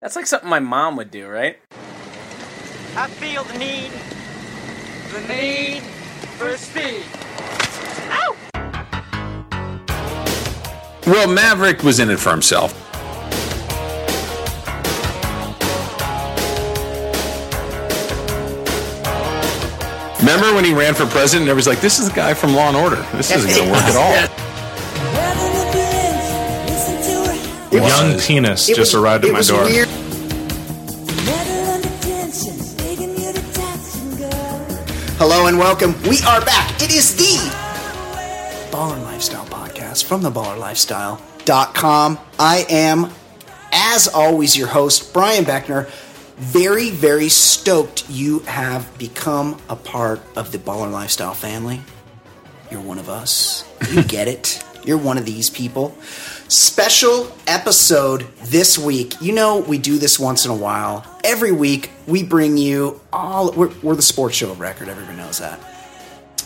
That's like something my mom would do, right? I feel the need, the need for speed. Ow! Well, Maverick was in it for himself. Remember when he ran for president and everybody's like, this is the guy from Law and Order. This isn't going to work at all. It was- Young penis it just was- arrived at it my was door. weird. Hello and welcome. We are back. It is the Baller Lifestyle Podcast from theballerlifestyle.com. I am, as always, your host, Brian Beckner. Very, very stoked you have become a part of the Baller Lifestyle family. You're one of us. You get it. You're one of these people. Special episode this week. You know, we do this once in a while. Every week, we bring you all. We're, we're the sports show of record. Everybody knows that.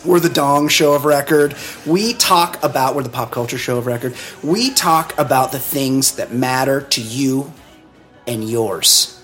We're the Dong Show of Record. We talk about, we're the Pop Culture Show of Record. We talk about the things that matter to you and yours.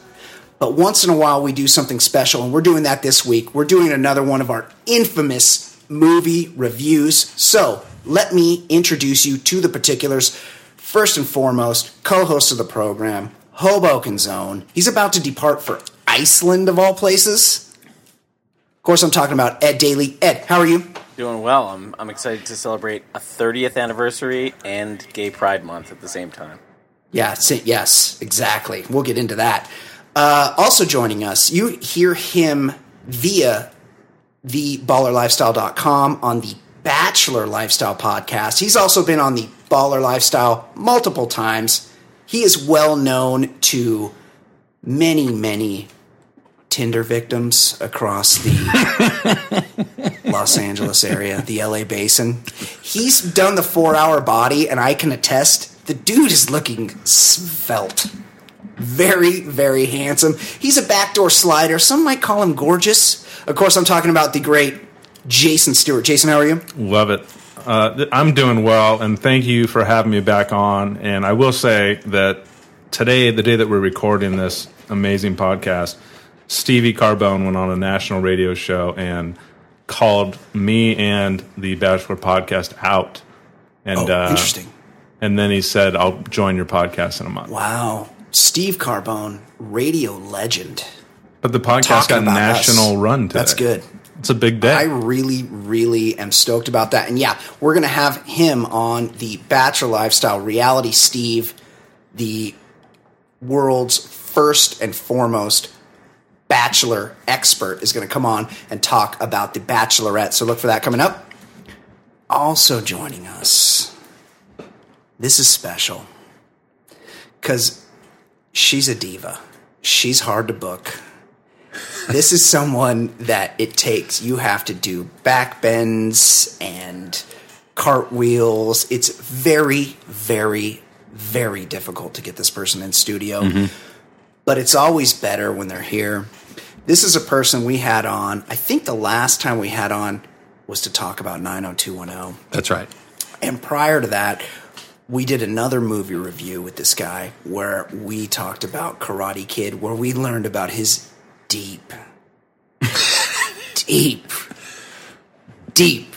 But once in a while, we do something special, and we're doing that this week. We're doing another one of our infamous movie reviews. So let me introduce you to the particulars. First and foremost, co host of the program, Hoboken Zone. He's about to depart for Iceland, of all places. Of course, I'm talking about Ed Daly. Ed, how are you? Doing well. I'm, I'm excited to celebrate a 30th anniversary and Gay Pride Month at the same time. Yeah, si- yes, exactly. We'll get into that. Uh, also joining us, you hear him via the ballerlifestyle.com on the Bachelor Lifestyle podcast. He's also been on the Baller Lifestyle multiple times. He is well known to many, many Tinder victims across the Los Angeles area, the LA basin. He's done the four hour body, and I can attest the dude is looking svelte. Very, very handsome. He's a backdoor slider. Some might call him gorgeous. Of course, I'm talking about the great Jason Stewart. Jason, how are you? Love it. Uh, th- I'm doing well, and thank you for having me back on. And I will say that today, the day that we're recording this amazing podcast, Stevie Carbone went on a national radio show and called me and the Bachelor podcast out. And uh, Oh, Interesting. And then he said, "I'll join your podcast in a month." Wow. Steve Carbone, radio legend. But the podcast Talking got about national us. run today. That's good. It's a big day. I really, really am stoked about that. And yeah, we're going to have him on the Bachelor Lifestyle Reality Steve, the world's first and foremost Bachelor expert, is going to come on and talk about the Bachelorette. So look for that coming up. Also joining us, this is special because she's a diva, she's hard to book this is someone that it takes. You have to do back bends and cartwheels. It's very, very, very difficult to get this person in studio, but it's always better when they're here. This is a person we had on. I think the last time we had on was to talk about 90210. That's right. And prior to that, we did another movie review with this guy where we talked about Karate Kid, where we learned about his deep, deep, deep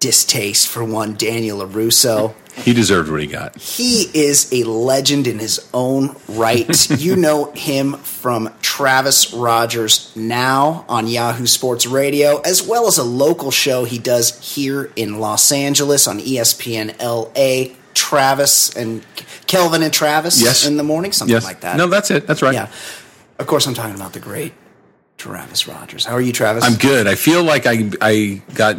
distaste for one Daniel LaRusso. He deserved what he got. He is a legend in his own right. you know him from Travis Rogers now on Yahoo Sports Radio, as well as a local show he does here in Los Angeles on E ESPN LA. Travis and Kelvin and Travis Yes. in the morning, something Yes. like that. No, that's it. That's right. yeah. Of course, I'm talking about the great Travis Rogers. How are you, Travis? I'm good. I feel like I I got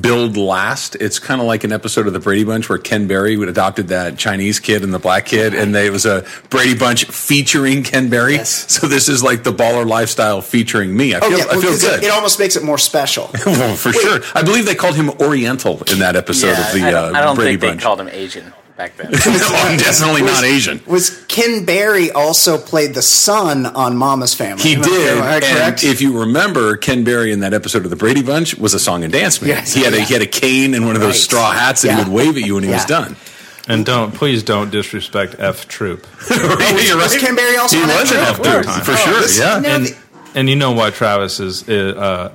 billed last. It's kind of like an episode of the Brady Bunch where Ken Berry would adopted that Chinese kid and the black kid, and they, it was a Brady Bunch featuring Ken Berry. Yes. So this is like the baller lifestyle featuring me. I Oh, feel, I well, feel 'cause it- good. It, almost makes it more special. Well, for sure. I believe they called him Oriental in that episode of the I don't, uh, I don't Brady think Bunch. they called him Asian back then. no, I'm definitely not Asian. Was Ken Berry also played the son on Mama's Family? He Am I- did. Am I correct? And if you remember, Ken Berry in that episode of The Brady Bunch was a song and dance man. Yes, he had a yeah. he had a cane and one of those Right. straw hats that Yeah. he would wave at you when he was Yeah. done. And don't please don't disrespect F Troop. You're Oh, Was right. Canberry also He on that was an trip? F Troop course. for Oh, sure. this- yeah. no, and the- and you know why Travis is uh,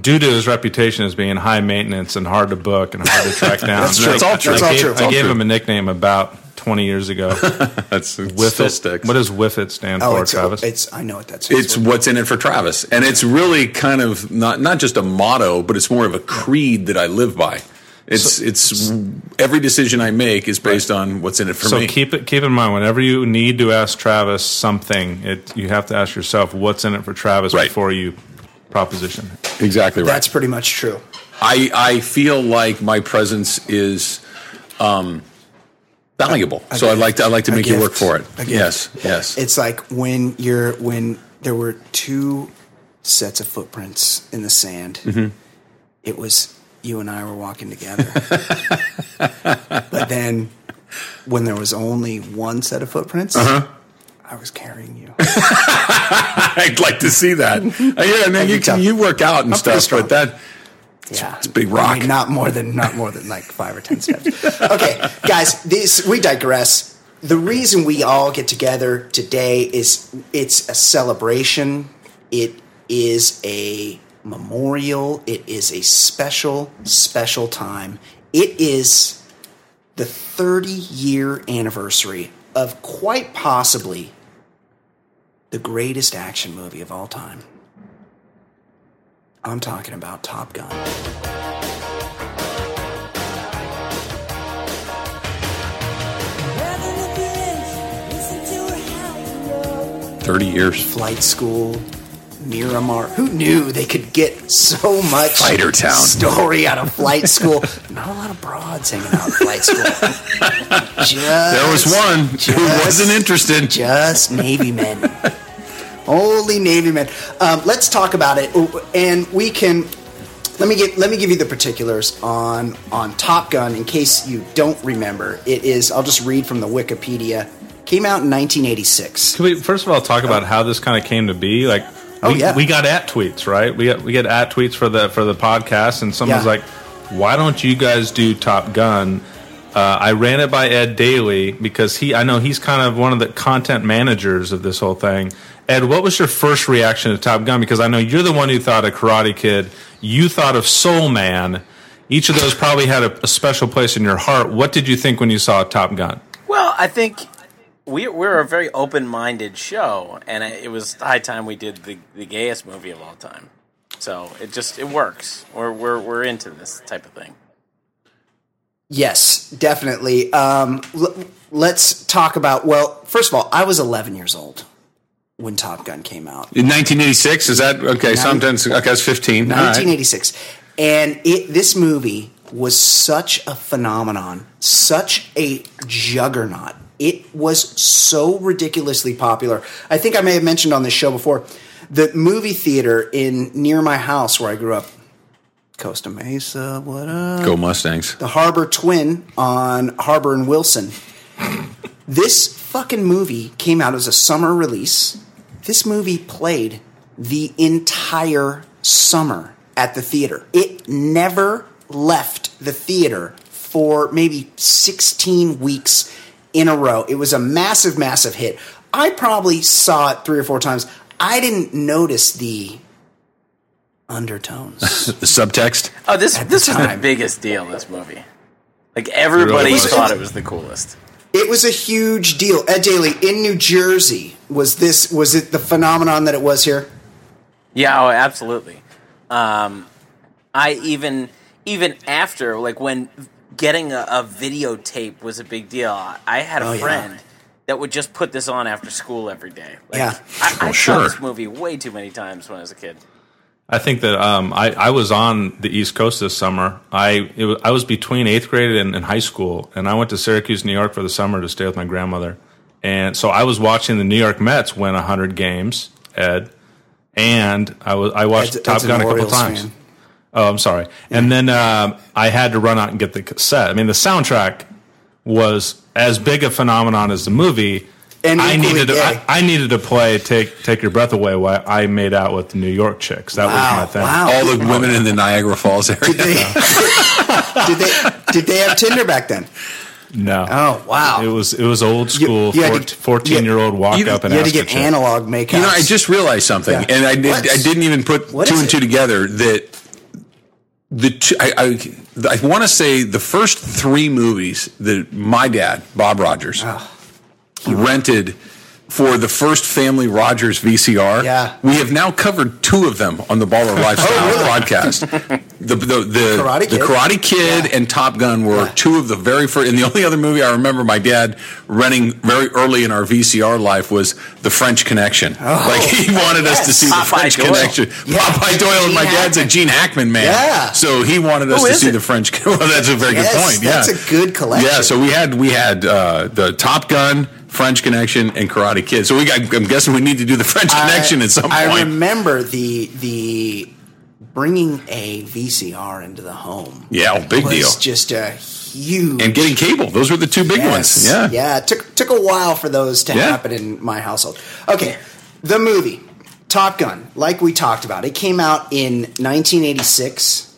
due to his reputation as being high maintenance and hard to book and hard to track down. That's true. That's all true. I That's all gave, true. I gave him a nickname about 20 years ago. That's it still Whiffit. sticks. What does Whiffit stand oh, for, it's, Travis? it's I know what that's. it's what's in it for Travis, and it's really kind of not not just a motto, but it's more of a creed that I live by. It's it's every decision I make is based on what's in it for so me. keep it keep in mind whenever you need to ask Travis something, it you have to ask yourself what's in it for Travis Right. before you proposition. it. exactly right. that's pretty much true. I I feel like my presence is um, valuable, so I gift. like to I like to A make you gift. work for it. A gift. Yes, yes. It's like when you're when there were two sets of footprints in the sand. Mm-hmm. It was you and I were walking together. but then when there was only one set of footprints, Uh-huh. I was carrying you. I'd like to see that. Uh, yeah, man, you can tough. you work out and I'm pretty stuff, but strong. that Yeah, it's a big rock. I mean, not more than not more than like five or ten steps. Okay, guys, this we digress. The reason we all get together today is it's a celebration. It is a memorial. It is a special, special time. It is the 30 year anniversary of quite possibly the greatest action movie of all time. I'm talking about Top Gun. thirty years. flight school, Miramar. Who knew they could get so much Fighter Town. story out of flight school? Not a lot of broads hanging out in flight school. just, There was one who just- wasn't interested. Just Navy men. Only Navy men. Um, let's talk about it, and we can. Let me get. Let me give you the particulars on on Top Gun in case you don't remember. It is. I'll just read from the Wikipedia. Came out in 1986. Can we first of all talk about how this kind of came to be? Like Oh, we, yeah. we got at tweets, right? We got, we get at tweets for the for the podcast, and someone's Yeah. like, "Why don't you guys do Top Gun?" Uh, I ran it by Ed Daly because he I know he's kind of one of the content managers of this whole thing. Ed, what was your first reaction to Top Gun? Because I know you're the one who thought of Karate Kid, you thought of Soul Man. Each of those probably had a, a special place in your heart. What did you think when you saw Top Gun? Well, I think we we're a very open minded show, and I- it was high time we did the the gayest movie of all time. So it just it works. We're we're we're into this type of thing. Yes, definitely. Um, l- let's talk about. Well, first of all, I was 11 years old when Top Gun came out, In 1986, is that okay? Sometimes okay, it's 15. All right. 1986, and it this movie was such a phenomenon, such a juggernaut. It was so ridiculously popular. I think I may have mentioned on this show before the movie theater in near my house where I grew up, Costa Mesa. What up? Go Mustangs. the Harbor Twin on Harbor and Wilson. this fucking movie came out as a summer release. This movie played the entire summer at the theater. It never left the theater for maybe 16 weeks in a row. It was a massive, massive hit. I probably saw it three or four times. I didn't notice the undertones. The subtext. Oh, this At the this was the time. biggest deal. This movie, like everybody It was- thought it was the coolest. It was a huge deal. Ed Daly in New Jersey was this was it the phenomenon that it was here? Yeah, oh, absolutely. Um, I even even after like when getting a, a videotape was a big deal. I had a Oh, yeah. friend that would just put this on after school every day. Like, Yeah. I, I saw Oh, sure. this movie way too many times when I was a kid. I think that um, I, I was on the East Coast this summer. I it was, I was between eighth grade and, and high school, and I went to Syracuse, New York for the summer to stay with my grandmother. And so I was watching the New York Mets win 100 games, Ed, and I was I watched Ed's- Top Ed's an Gun a couple Orioles times. fan. Oh, I'm sorry. And then um, I had to run out and get the cassette. I mean, the soundtrack was as big a phenomenon as the movie. And I equally needed to, gay. I, I needed to play take take your breath away while I made out with the New York chicks. That Wow, was my thing. wow. All the women Oh, in the Niagara Falls area. Did they, did they did they have Tinder back then? No. Oh, wow. It was it was old school. you had to- 14, year old walk you- up and you had ask to for get chips. analog makeup. You know, I just realized something, Yeah. and I, did, What? I didn't even put What two is and it? two together. That the two, I, I, I want to say the first three movies that my dad Bob Rogers rented for the first family Rogers VCR. Yeah. Oh, we have now covered two of them on the Baller Lifestyle really? podcast. The the the Karate the Kid. Karate Kid Yeah. and Top Gun were two of the very first. And the only other movie I remember my dad running very early in our VCR life was The French Connection. Oh. like he wanted us to see Popeye The French Doyle. Connection. Popeye Doyle and my Gene dad's a Gene Hackman man. Yeah. So he wanted us Who to is see it? The French. Well, that's a very good Yes, point. that's yeah, a good collection. Yeah. So we had we had uh, the Top Gun, French Connection, and Karate Kid. So we got. I'm guessing we need to do the French Connection at some I point. remember the the bringing a VCR into the home. yeah, oh, big was deal. just a huge and getting cable. Those were the two big Yes. ones. Yeah. yeah. It took took a while for those to Yeah. happen in my household. Okay, the movie Top Gun, like we talked about, it came out in 1986,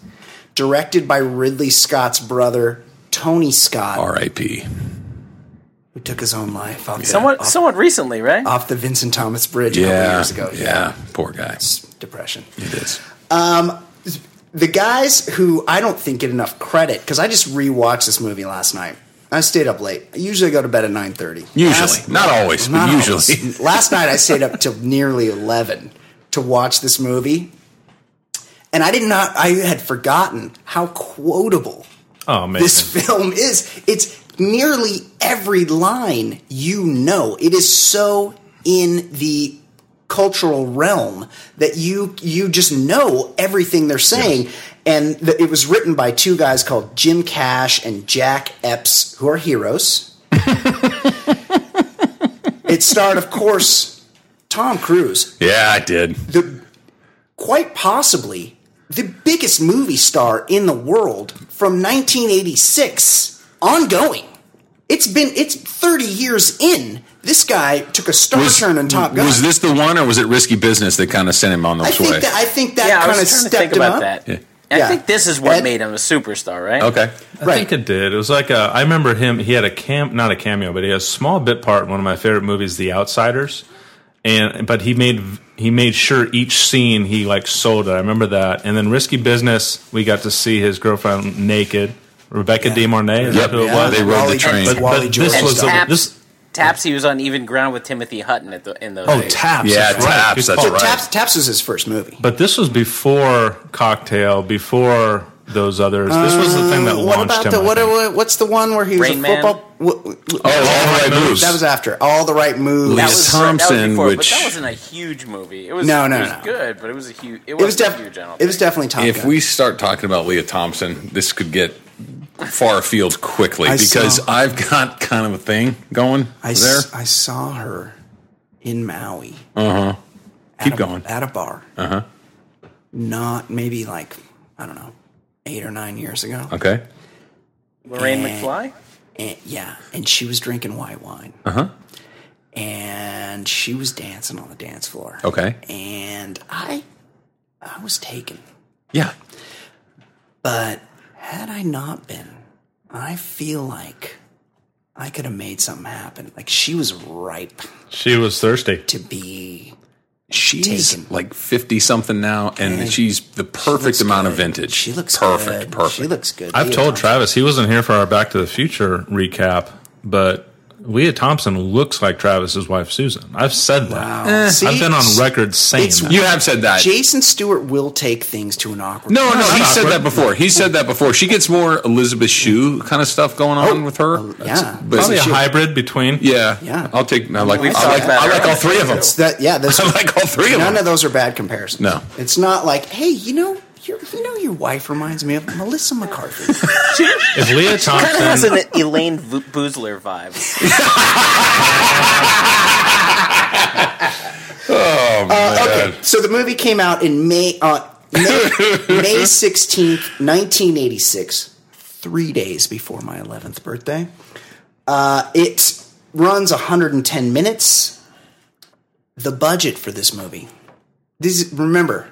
directed by Ridley Scott's brother Tony Scott, R.I.P. who took his own life off, the- Somewhat, off, somewhat recently, right? off the Vincent Thomas Bridge a couple Yeah. years ago. Yeah. Poor guy. It's depression. It is. the guys who I don't think get enough credit because I just rewatched this movie last night. I stayed up late. I usually go to bed at nine thirty. Usually. Not always, but usually. last night I stayed up till nearly eleven to watch this movie, and I did not. I had forgotten how quotable Oh man. this film is. It's nearly every line you know. It is so in the cultural realm that you you just know everything they're saying. And th- it was written by two guys called Jim Cash and Jack Epps, who are heroes. it starred, of course, Tom Cruise, Yeah, I did. the quite possibly the biggest movie star in the world from 1986 ongoing. It's been it's 30 years in. This guy took a star turn in Top Gun. was this the one, or was it Risky Business that kind of sent him on I this way? think that I think that yeah, I kind of was trying to stepped think him about up. that. Yeah. I Yeah. think this is what Ed- made him a superstar, right? okay. I think it did. It was like a. I remember him. He had a cam, not a cameo, but he had a small bit part in one of my favorite movies, The Outsiders. And but he made he made sure each scene he like sold it. I remember that. And then Risky Business, we got to see his girlfriend naked, Rebecca De Mornay. Is Yep. that who it Yeah. was? They rode Wally- the train. but- But Wally this George. And was the, Taps, this. Taps, he was on even ground with Timothy Hutton at the in those. Oh, days. Taps. Yeah, that's right. Taps, Good that's call. right. Taps Taps was his first movie. But this was before Cocktail, before those others. This was the thing that Uh, What launched about him. the I what, think. what- what's the one where he was Rain a Man? football w- w- Oh, all right moves. that was after all the right moves. That That was, that was Thompson, before, which- but that wasn't a huge movie. It was No, no, it was no. good, but it was a huge. It, it was wasn't a huge. I definitely don't it was think. definitely Top if Gun. we start talking about Leah Thompson, this could get far afield quickly I because saw- I've got kind of a thing going I, s- there. I saw her in Maui. Uh-huh. Keep at a, going. Uh-huh. At a bar. Uh huh. Not maybe like, I don't know, eight or nine years ago. Okay. Lorraine McFly. And, yeah. And she was drinking white wine. Uh Uh-huh. huh. And she was dancing on the dance floor. Okay. And I, I was taken. Yeah. But had I not been, I feel like I could have made something happen. Like she was ripe She was thirsty. to be She's Taken. like 50 something now, and she's the perfect looks amount of good. vintage. She looks perfect. good. Perfect. She looks good. I've Leah told Thompson. Travis he wasn't here for our Back to the Future recap, but Leah Thompson looks like Travis's wife Susan. I've said that. Eh. See, I've been on record saying it's that. you have said that. Jason Stewart will take things to an awkward. No, no, not he said awkward. that before. He said that before. She gets more Elizabeth Shue kind of stuff going on with her. Oh, yeah. but Probably a she- hybrid between. yeah, Yeah. I'll take. I like. I We've like, talked about I her. like all three of them. It's that yeah. Those I like all three of none them. of those are bad comparisons. No. it's not like hey, you know, your you know, your wife reminds me of Melissa McCarthy. If Leah Kind of has Thompson, an Elaine Vu- Boozler vibe. okay, so the movie came out in May uh, May sixteenth, nineteen eighty six. Three days before my eleventh birthday. Uh, it runs hundred and ten minutes. The budget for this movie. These remember,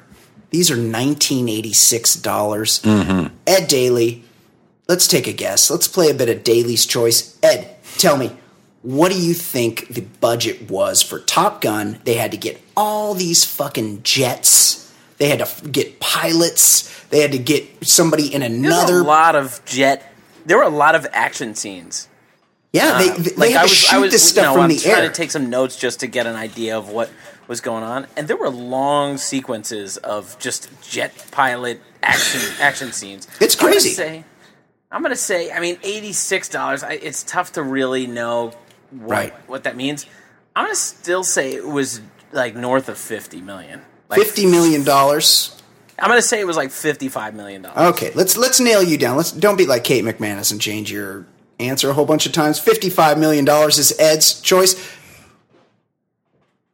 these are nineteen eighty six dollars. Ed Daly, Let's take a guess. Let's play a bit of Daily's Choice. Ed, tell me, what do you think the budget was for Top Gun? They had to get all these fucking jets. They had to f- get pilots. They had to get somebody in There's another. a lot of jet. There were a lot of action scenes. yeah, they, Um, they, they had to shoot this you stuff know, from I'm the trying air. to take some notes just to get an idea of what was going on, and there were long sequences of just jet pilot action action scenes. It's crazy. I'm gonna say, I'm gonna say I mean, eighty six dollars. It's tough to really know what, Right. what that means. I'm gonna still say it was like north of fifty million. Like, Fifty million dollars. I'm gonna say it was like fifty five million dollars. Okay, let's let's nail you down. Let's don't be like Kate McManus and change your answer a whole bunch of times. Fifty-five million dollars is Ed's choice.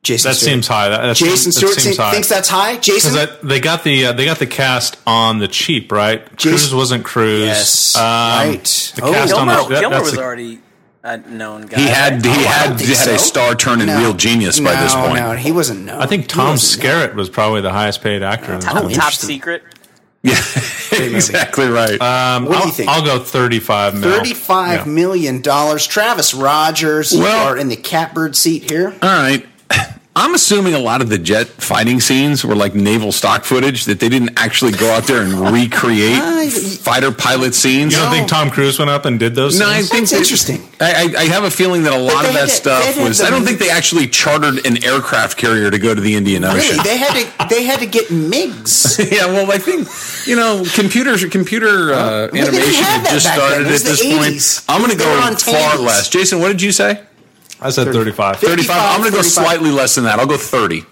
Jason That Stewart. seems high. That, that Jason seems- that Stewart seems se- high. thinks that's high. Jason, Because that- they got the uh, they got the cast on the cheap, right? Cruise wasn't Cruise. yes, Um, right. The Oh, cast on the Gilmore, that- Gilmore that's was a- already a known guy. He had he right? had Oh, had don't think a so. star turn and No. real genius by this No, point. no, he wasn't known. I think Tom Skerritt was probably the highest paid actor. in the top, film. top Oh, interesting. secret. Yeah, exactly right. Um, What do I'll, you think? I'll go thirty-five mil. Thirty-five million Yeah. dollars. Travis Rogers, you Well- are in the catbird seat here. All right. I'm assuming a lot of the jet fighting scenes were like naval stock footage that they didn't actually go out there and recreate fighter pilot scenes. You don't think Tom Cruise went up and did those? No, I things? think That's that- interesting. I, I, I have a feeling that a lot they of had that to- they stuff had was. to- I don't think they actually chartered an aircraft carrier to go to the Indian Ocean. Really, they had to they had to get Migs. yeah, well, I think you know, computers, computer uh, didn't animation have had that just back then. started It at was this the point. 80s. I'm going to They were go on far tanks. less. Jason, what did you say? I said thirty-five. 35. I'm going to go 35. slightly less than that. I'll go 30.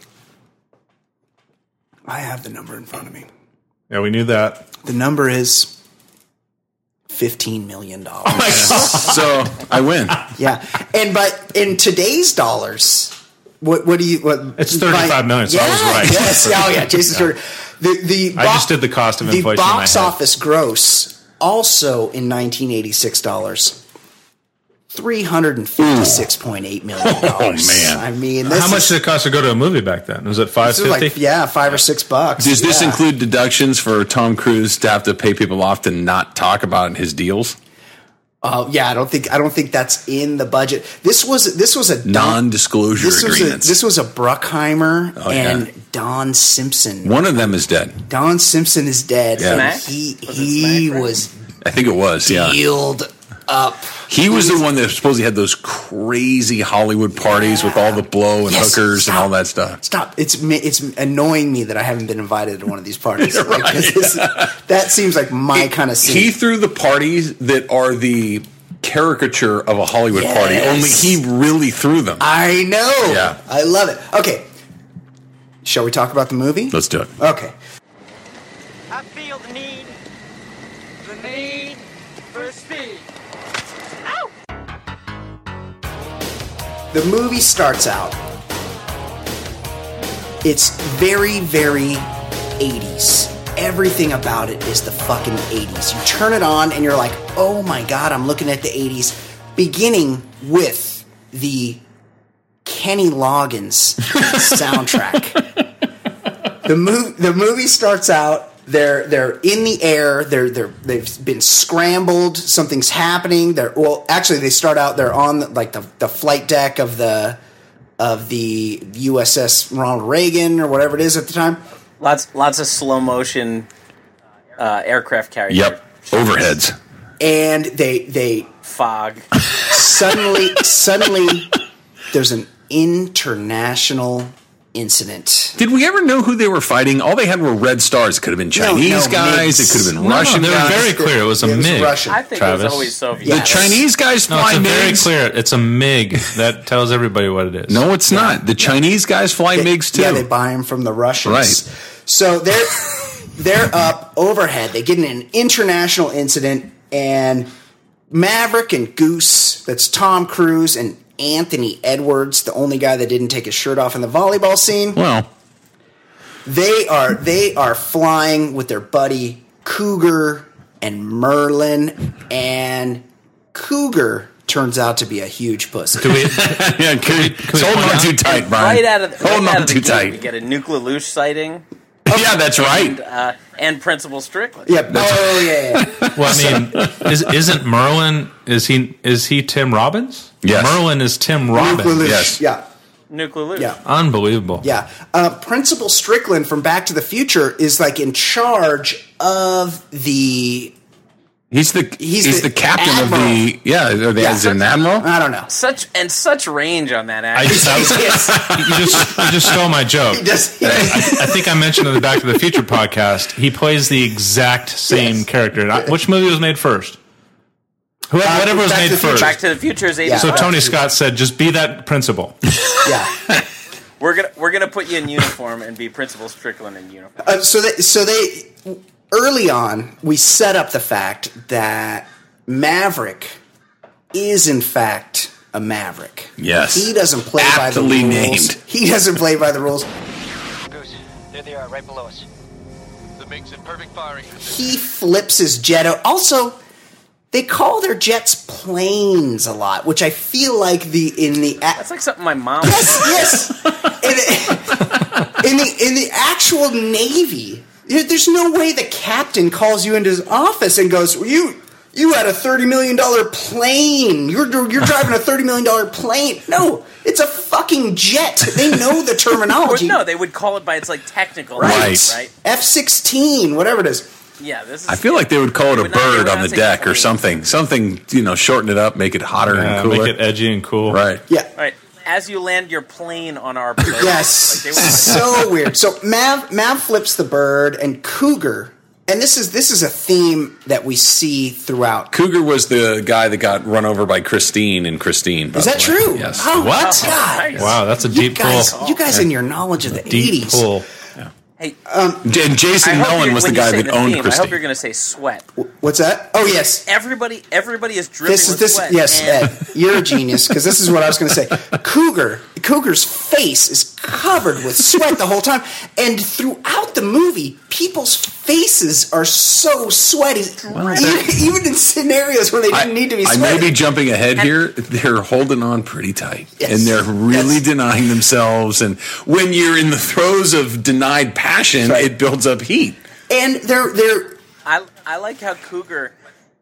I have the number in front of me. Yeah, we knew that. The number is fifteen million dollars. so I win. yeah, and but in today's dollars, what what do you? What, It's by- $35 million, so I was right. Yes, yeah, oh yeah, Jason Stewart. The the I just did the cost of inflation in The my box head. office gross also in nineteen eighty six dollars. Three hundred and fifty-six point eight million dollars. man. I mean, this Oh, How is, much did it cost to go to a movie back then? Was it five this is fifty? like, yeah, five or six bucks. Does this Yeah. include deductions for Tom Cruise to have to pay people off to not talk about his deals? Oh yeah, I don't think I don't think that's in the budget. This was this was a Don- Non-disclosure this was agreements. Oh, A, this was a Bruckheimer yeah. and Don Simpson. One of them is dead. Don Simpson is dead. Yeah. and Smack? He Was it he Smack, right? was I think it was. Yeah. healed up. He was the one that supposedly had those crazy Hollywood parties with all the blow and Yes, hookers and stop. all that stuff. Stop! It's ma- it's annoying me that I haven't been invited to one of these parties. Like, this is- that seems like my kind of scene. He threw the parties that are the caricature of a Hollywood Yes. party, only he really threw them. I know. Yeah. I love it. Okay, shall we talk about the movie? Let's do it. okay. I feel the need, the need for speed. Ow! The movie starts out. It's very, very 80s. Everything about it is the fucking 80s. You turn it on and you're like, oh my god, I'm looking at the 80s. Beginning with the Kenny Loggins soundtrack. the, mov- the movie starts out. They're they're in the air. They're they're they've been scrambled. Something's happening. They're well, actually, they start out. They're on like the the flight deck of the of the USS Ronald Reagan or whatever it is at the time. Lots, lots of slow motion uh, aircraft carrier. Yep. Overheads. And they they Fog. suddenly suddenly there's an international incident. Did we ever know who they were fighting? All they had were red stars. It could have been Chinese no, guys. MiGs. It could have been No, Russian they were guys. very clear. It was a It was MiG. Russian. I think it Travis. was always Soviet. Yeah. the Chinese guys No, fly it's a very MiGs. clear. It's a MiG that tells everybody what it is. No, it's not. The Chinese guys fly MiGs too. Yeah, they buy them from the Russians. Right. So they're they're up overhead. They get in an international incident, and Maverick and Goose. That's Tom Cruise and Anthony Edwards, the only guy that didn't take his shirt off in the volleyball scene. well, They are they are flying with their buddy Cougar and Merlin, and Cougar turns out to be a huge pussy. Do we, yeah, could, we hold point on out- too tight, Brian. Right out of the, right hold out on of the too gate, We tight. get a nuclear sighting. yeah, that's right. uh, and Principal Strickland. Yep. Oh yeah. yeah. Well, I mean, is, isn't Merlin? Is he? Is he Tim Robbins? Yes. Merlin is Tim Luke Robbins. Lelouch. yes. Yeah. Nuclear Luke. Yeah. Unbelievable. Yeah. Uh, Principal Strickland from Back to the Future is like in charge of the. He's the He's he's, the the, captain of the yeah. Or the, Yeah. Uh, Is it an admiral? I don't know. Such and such range on that I actor. just, I was- Yes. you just, you just stole my joke. He does. I think I mentioned in the Back to the Future podcast, he plays the exact same Yes. character. And I- Which movie was made first? Whoever, Uh, whatever was Back to made the Future. first. Back to the Future is eighty. Yeah. so Tony Scott said, "Just be that principal." yeah. We're gonna we're gonna put you in uniform and be Principal Strickland in uniform. Uh, so they, so they early on we set up the fact that Maverick is in fact a Maverick. Yes. He doesn't play Aptly by the rules. named. He doesn't play by the rules. Goose, there they are, right below us. The MiG's in perfect firing position. He flips his jet out. Also, they call their jets planes a lot, which I feel like the in the a- That's like something my mom. yes, yes. In, in the in the actual Navy, there- there's no way the captain calls you into his office and goes, well, "You you had a thirty million dollar plane. You're you're driving a thirty million dollar plane." No, it's a fucking jet. They know the Or terminology. no, they would call it by its like technical Right. name, right? F sixteen, whatever it is. Yeah, this is. I feel like they would call it a Would not- they would bird on not the say deck or plane. something. Something you know, shorten it up, make it hotter Uh, and cooler. make it edgy and cool. right. Yeah. All right, as you land your plane on our bird, Yes. like they would- so weird. So Mav Mav flips the bird and Cougar, and this is this is a theme that we see throughout. Cougar was the guy that got run over by Christine and Christine. by Is the that way. true? Yes. Oh, What? God. Nice. Wow, that's a You deep guys, pull. you guys, in your knowledge of the Deep 80s. pull. Hey, And I Jason hope Nolan you're- was the when you guy say that owned theme, I Christine. hope you're going to say sweat. What's that? Oh, yes. Everybody, everybody is dripping This is with this. sweat. Yes, and Ed, you're a genius because this is what I was going to say. Cougar, Cougar's face is covered with sweat the whole time, and throughout the movie, people's faces are so sweaty, even, even in scenarios where they didn't need to be I sweaty. may be jumping ahead here. They're holding on pretty tight, Yes. and they're really Yes. denying themselves. And when you're in the throes of denied passion, That's right. it builds up heat. and they're they're I, I like how Cougar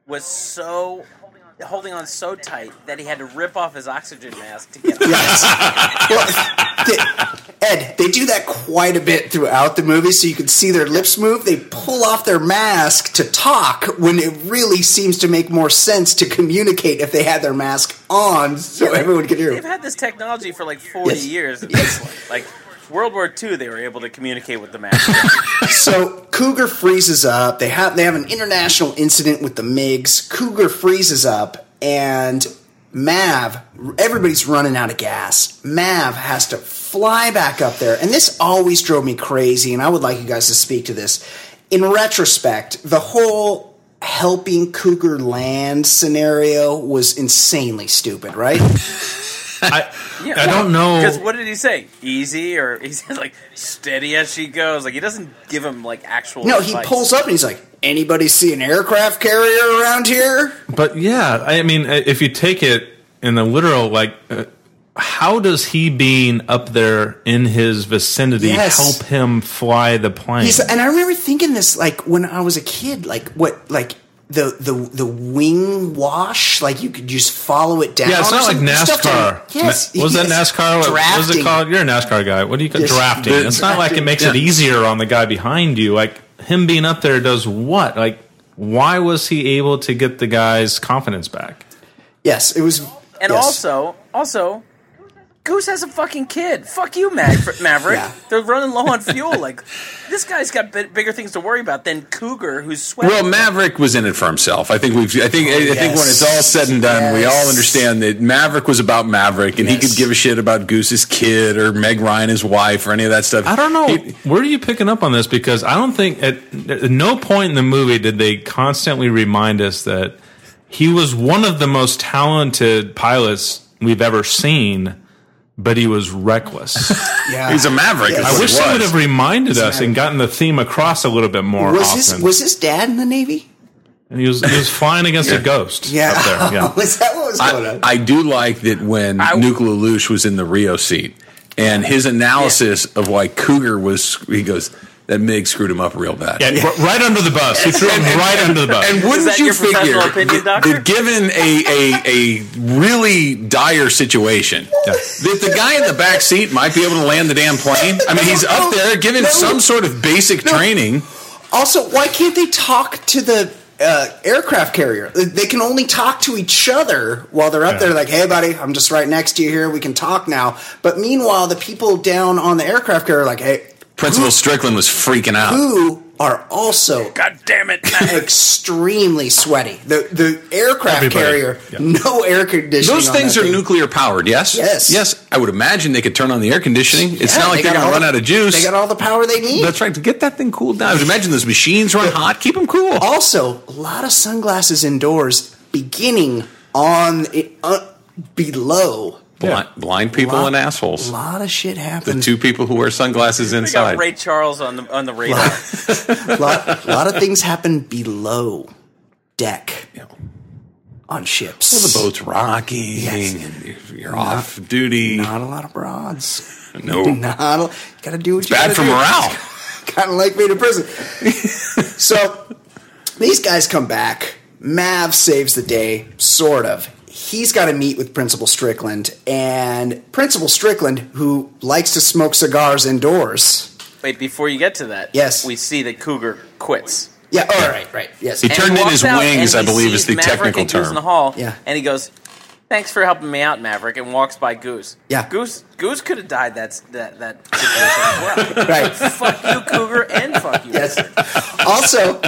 was so holding on so tight that he had to rip off his oxygen mask to get. Out. well, they- Ed, they do that quite a bit throughout the movie, so you can see their lips move. They pull off their mask to talk when it really seems to make more sense to communicate if they had their mask on so everyone could hear. They've had this technology for like forty Yes. years. At this point. Like World War II, they were able to communicate with the mask. So Cougar freezes up. They have they have an international incident with the MiGs. Cougar freezes up, and Mav. Everybody's running out of gas. Mav has to fly back up there, and this always drove me crazy. And I would like you guys to speak to this. In retrospect, the whole helping Cougar land scenario was insanely stupid, right? I, I don't know. Because what did he say? Easy or he says like steady as she goes. Like he doesn't give him like actual. No, he advice. pulls up and he's like, "Anybody see an aircraft carrier around here?" But yeah, I mean, i- if you take it in the literal, like, uh, how does he being up there in his vicinity Yes. help him fly the plane? He's, and I remember thinking this like when I was a kid, like what like the the the wing wash, like you could just follow it down. yeah, it's or not like something. Stuff NASCAR. down- yes, Na- was that yes. NASCAR? What, what was it Drafting. called? You're a NASCAR guy. What do you call Yes. drafting? The- it's not like it makes it Yeah. easier on the guy behind you. Like him being up there does what? Like why was he able to get the guy's confidence back? Yes, it was. And yes. also, also, Goose has a fucking kid. Fuck you, Maver- Maverick. Yeah. They're running low on fuel. Like this guy's got bi- bigger things to worry about than Cougar, who's sweating. Well, Maverick was in it for himself. I think we've. I think. I, I think when it's all said and done, we Oh, Yes. all understand that Maverick was about Maverick, and he Yes. could give a shit about Goose's kid or Meg Ryan, his wife, or any of that stuff. I don't know. He- Where are you picking up on this? Because I don't think at, at no point in the movie did they constantly remind us that he was one of the most talented pilots we've ever seen, but he was reckless. yeah. he's a Maverick. is Yes. what I he wish they would was. have reminded us and gotten the theme across a little bit more was often. his was his dad in the navy? and he was he was flying against a ghost Yeah, up there. Yeah. was that what was going I, on? I do like that when Nuke Lelouch was in the Rio seat and his analysis of why Cougar was, he goes, that Mig screwed him up real bad. Yeah, r- right under the bus. He threw him right under the bus. And Is wouldn't that you your professional figure opinion, that, doctor? that given a, a, a really dire situation, Yeah. that the guy in the back seat might be able to land the damn plane? I mean, he's up there given No. some sort of basic No. training. Also, why can't they talk to the uh, aircraft carrier? They can only talk to each other while they're up Yeah. there. Like, hey, buddy, I'm just right next to you here. We can talk now. But meanwhile, the people down on the aircraft carrier are like, hey, Principal Strickland was freaking out. who are also God damn it! extremely sweaty. The the aircraft Everybody. carrier, Yeah. no air conditioning. Those on things that are thing. nuclear powered, yes? Yes. Yes. I would imagine they could turn on the air conditioning. It's Yeah, not like they they are got going to all- run out of juice. They got all the power they need. That's right. To get that thing cooled down, I would imagine those machines run hot. Keep them cool. also, a lot of sunglasses indoors, beginning on it, uh, below. Yeah. Blind, blind people Lot- and assholes. A lot of shit The happens. two people who wear sunglasses We got inside. Ray Charles on the on the radar. A lot, lot of things happen below deck You know, on ships. the boat's rocking. Oh, And you're- you're off duty. Not a lot of broads. no. Not a, gotta do what you Bad gotta for do. morale. kind of like being in prison. so these guys come back. Mav saves the day, sort of. He's got to meet with Principal Strickland, and Principal Strickland, who likes to smoke cigars indoors. Wait, before you get to that, Yes. we see that Cougar quits. Yeah, all right, right, yes. He turned in walks his out wings, and I he believe, sees is the Maverick technical and Goose term. In the hall, Yeah. and he goes, "Thanks for helping me out, Maverick," and walks by Goose. Yeah. Goose. Goose could have died. That's that that situation as well. Right. Fuck you, Cougar, and fuck you. Yes. Also,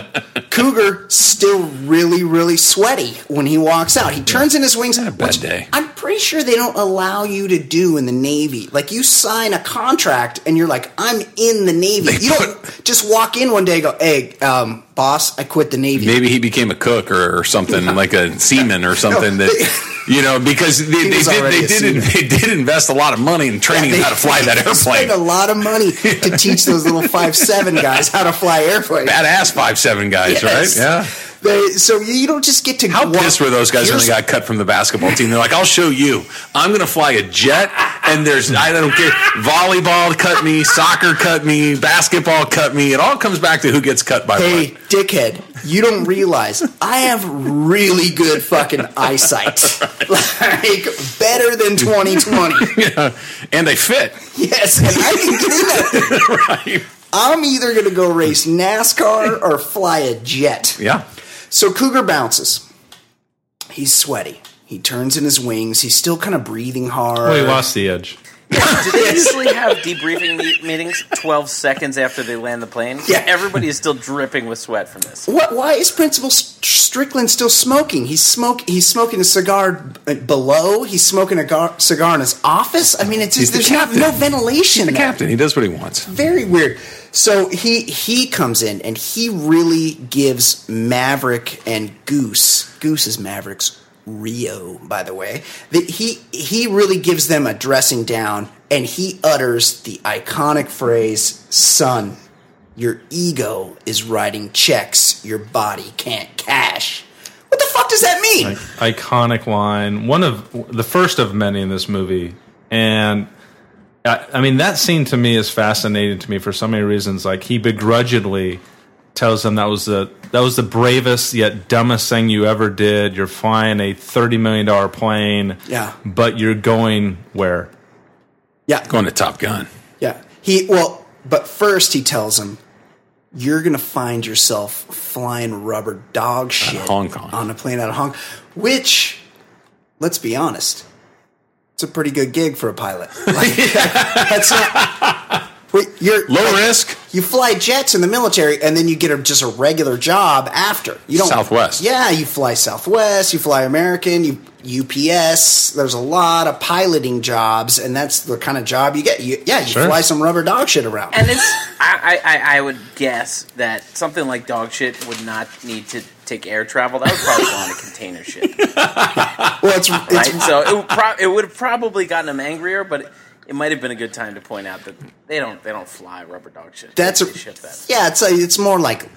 Cougar still really, really sweaty when he walks out. He turns in his wings. a bad which day. I'm pretty sure they don't allow you to do in the Navy. Like you sign a contract and you're like, I'm in the Navy. you don't just walk in one day and go, Hey, um, boss, I quit the Navy. Maybe he became a cook or, or something, like a seaman or something that, you know, because they, they, was did, already they, a did, seaman. they did invest a lot of money in training him how to fly that they Spend a airplane. lot of money to teach those little five seven guys how to fly airplanes. Badass five seven guys, Yes. right? Yeah. They, so you don't just get to How walk- pissed were those guys when Here's- they got cut from the basketball team? They're like, "I'll show you. I'm going to fly a jet, and there's I don't care. Volleyball cut me, soccer cut me, basketball cut me. It all comes back to who gets cut by Hey, what. dickhead, you don't realize I have really good fucking eyesight. Like, better than 2020. And they fit. yes, and I can get in that. thing. I'm either going to go race NASCAR or fly a jet. Yeah. So Cougar bounces. He's sweaty. He turns in his wings. He's still kind of breathing hard. Well, he lost the edge. Do they usually have debriefing me- meetings 12 seconds after they land the plane? Yeah. Everybody is still dripping with sweat from this. What, why is Principal St- Strickland still smoking? He's smoke. He's smoking a cigar uh, below. He's smoking a gar- cigar in his office. I mean, it's just, the there's not, no captain. ventilation. The there. captain. He does what he wants. Very weird. So he he comes in and he really gives Maverick and Goose. Goose is Maverick's Rio, by the way. That he he really gives them a dressing down, and he utters the iconic phrase, "Son, your ego is writing checks your body can't cash." What the fuck does that mean? iconic line, one of the first of many in this movie, and I, I mean that scene to me is fascinating to me for so many reasons. Like he begrudgingly tells them that was the that was the bravest yet dumbest thing you ever did. You're flying a thirty million dollar plane, Yeah. but you're going where? yeah, Going to Top Gun. Yeah. He well, but first he tells him, "You're gonna find yourself flying rubber dog shit Hong Kong. on a plane out of Hong Kong," which, let's be honest, it's a pretty good gig for a pilot. Like, that's not. Wait, you're Low risk. You fly jets in the military, and then you get a, just a regular job after. You don't Southwest. Yeah, you fly Southwest. You fly American. You UPS. There's a lot of piloting jobs, and that's the kind of job you get. You, yeah, you Sure. fly some rubber dog shit around. And it's, I, I, I- I would guess that something like dog shit would not need to take air travel. That would probably go on a container ship. well, it's, it's Right? So it would, pro- it would have probably gotten them angrier, but it might have been a good time to point out that they don't they don't fly rubber dog shit. That's they, a, they ship that. yeah. It's a, it's more like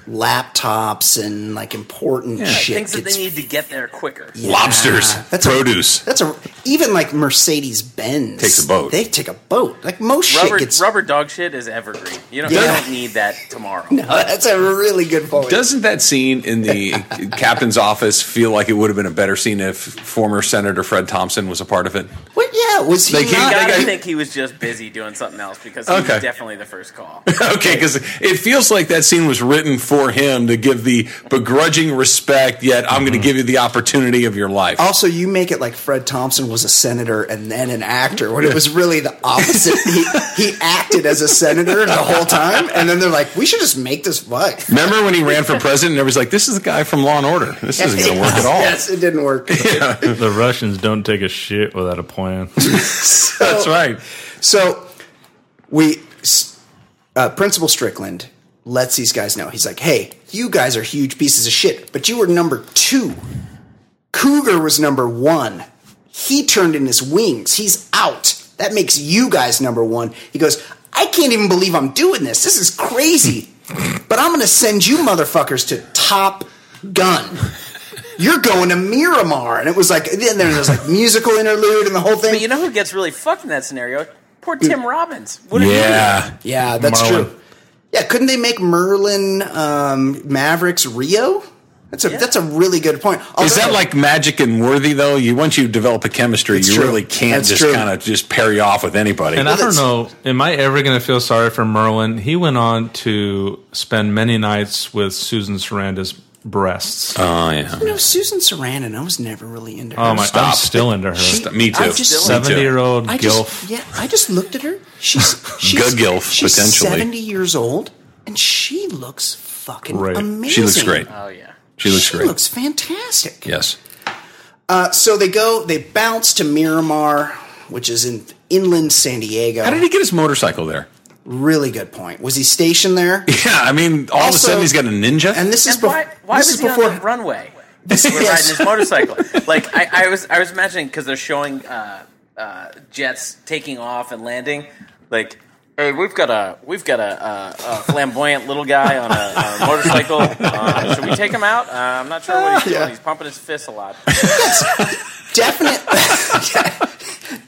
laptops and like important shit. Things that gets- they need to get there quicker. Lobsters, That's a- produce. That's a even like Mercedes Benz Takes a boat. They take a boat. Like most Rubber, shit gets. rubber dog shit is evergreen. You don't, you Yeah. don't need that tomorrow. That's a really good point. Doesn't that scene in the captain's office feel like it would have been a better scene if former Senator Fred Thompson was a part of it? What? Yeah, was he They keep- You not? they gotta I- think he was just busy doing something else because he Okay. was definitely the first call. Okay, because it feels like that scene was written for him to give the begrudging respect, yet I'm Mm-hmm. going to give you the opportunity of your life. Also, you make it like Fred Thompson was a senator and then an actor, when it was really the opposite. he, he acted as a senator the whole time, and then they're like, "We should just make this fight." Remember when he ran for president and everybody's like, this is the guy from Law and Order. This isn't going to work at all. Yes, it didn't work. The Russians don't take a shit without a plan. That's right. So we, s- uh, Principal Strickland lets these guys know. He's like, hey, you guys are huge pieces of shit, but you were number two. Cougar was number one. He turned in his wings. He's out. That makes you guys number one. He goes, I can't even believe I'm doing this. This is crazy. but I'm going to send you motherfuckers to Top Gun. You're going to Miramar. And it was like, then there was like musical interlude and the whole thing. But you know who gets really fucked in that scenario? Poor Tim Robbins. What did he do? Yeah. Yeah, that's Merlin. true. Yeah, couldn't they make Merlin um, Mavericks Rio? That's a that's a really good point. Is that Although- like magic and worthy though? You once you develop a chemistry, It's you true. really can't That's just true. kind of just parry off with anybody. And I Well, don't know, am I ever going to feel sorry for Merlin? He went on to spend many nights with Susan Sarandon's breasts. oh yeah, you know Susan Sarandon? I was never really into her. oh my! stop. I'm still into her. She- me too. I'm just- Me too. Seventy-year-old I gilf. just yeah, I just looked at her. She's she's Good gilf, she's potentially. seventy years old, and she looks fucking Right. She amazing. She looks great. Oh yeah. She looks She great. looks fantastic. Uh, yes. So they go, they bounce to Miramar, which is in inland San Diego. How did he get his motorcycle there? really good point. Was he stationed there? Yeah, I mean, all of a Also- sudden he's got a ninja. And this is And why, bef- why this was is he before on the runway? This was Yes. riding his motorcycle. like I, I was, I was imagining because they're showing uh, uh, jets taking off and landing. Like, hey, we've got a, we've got a, a, a flamboyant little guy on a, a motorcycle. Uh, should we take him out? Uh, I'm not sure what he's doing. Yeah. He's pumping his fists a lot. definite,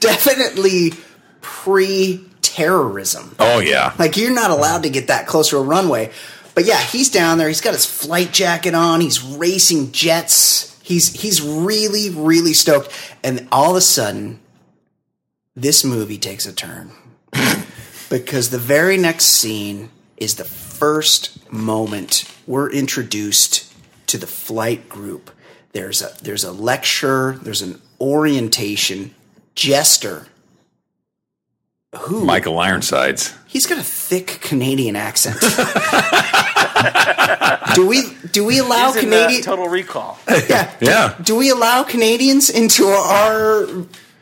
definitely pre-terrorism. oh yeah, Like you're not allowed to get that close to a runway. But yeah, he's down there. He's got his flight jacket on. He's racing jets. He's he's really really stoked. And all of a sudden, this movie takes a turn because the very next scene is the first moment we're introduced to the flight group. There's a there's a lecture. There's an orientation. Jester Michael Ironsides. He's got a thick Canadian accent. do we do we allow He's in, uh, Canadian Total Recall. yeah, Yeah, do we allow Canadians into our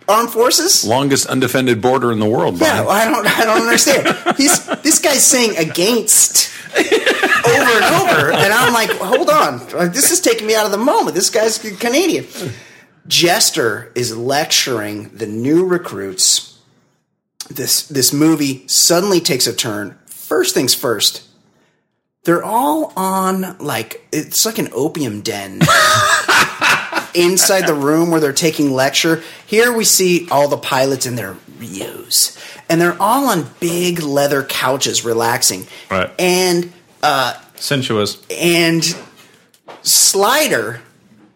armed forces? longest undefended border in the world. Yeah, Brian. I don't I don't understand. He's this guy's saying against over and over and I'm like, "Hold on. Like, This is taking me out of the moment. This guy's Canadian." Jester is lecturing the new recruits this this movie suddenly takes a turn. First things first, they're all on like it's like an opium den inside the room where they're taking lecture. Here we see all the pilots in their Rios, and they're all on big leather couches relaxing. Right. and Sensuous. and Slider,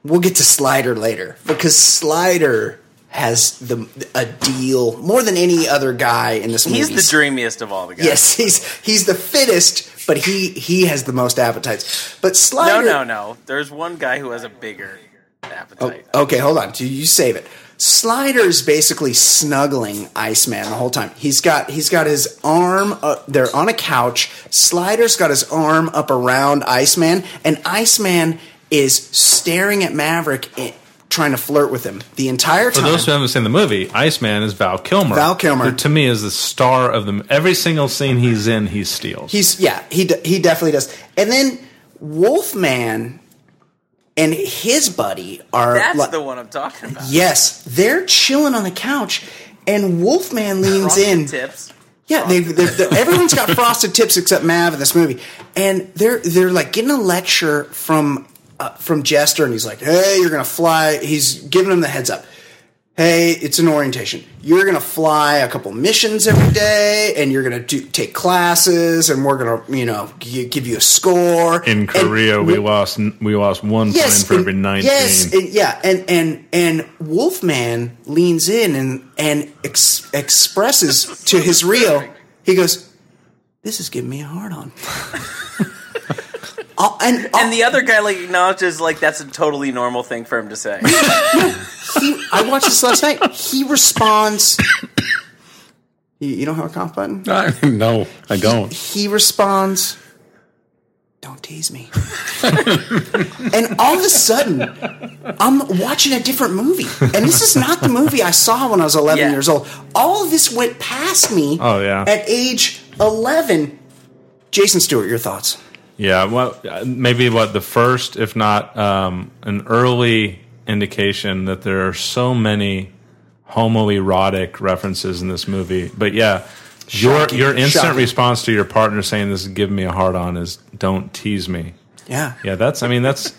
we'll get to Slider later because Slider has the a deal more than any other guy in this movie. He's the dreamiest of all the guys. Yes, he's he's the fittest, but he he has the most appetites. But No, Slider, no, no. There's one guy who has a bigger Oh, appetite. Okay, hold on. Do you save it? Slider's basically snuggling Iceman the whole time. He's got he's got his arm. Uh, they're on a couch. Slider's got his arm up around Iceman, and Iceman is staring at Maverick, eh, trying to flirt with him the entire For time. those who haven't seen the movie, Iceman is Val Kilmer. Val Kilmer. who to me is the star of the every single scene he's in. He steals. He's yeah, he d- he definitely does. And then Wolfman and his buddy are That's like- the one I'm talking about. Yes, they're chilling on the couch, And Wolfman leans Frosted in. tips. Yeah, they, they're, they're- everyone's got frosted tips except Mav in this movie, and they're they're like getting a lecture from uh, from Jester, and he's like, "Hey, you're gonna fly." He's giving him the heads up. Hey, it's an orientation. You're gonna fly a couple missions every day, and you're gonna do, take classes, and we're gonna you know gi- give you a score In And Korea, we lost we lost one plane for and- every nineteen. Yes, and, yeah, and and and Wolfman leans in and and ex- expresses to his Rio. He goes, "This is giving me a hard on." I'll- and uh, I'll- And the other guy like acknowledges like that's a totally normal thing for him to say. he, I watched this last night. He responds. you, you don't have a cough button. I, no, I don't. He responds, "Don't tease me." and all of a sudden, I'm watching a different movie, and this is not the movie I saw when I was 11 Yeah. years old. All of this went past me. Oh, yeah. At age 11, Jason Stewart, your thoughts? Yeah, well, uh, maybe what the first, if not um, an early indication that there are so many homoerotic references in this movie. But yeah, Shocking. your your instant Shocking. response to your partner saying this is giving me a hard on is don't tease me. Yeah. Yeah, that's I mean that's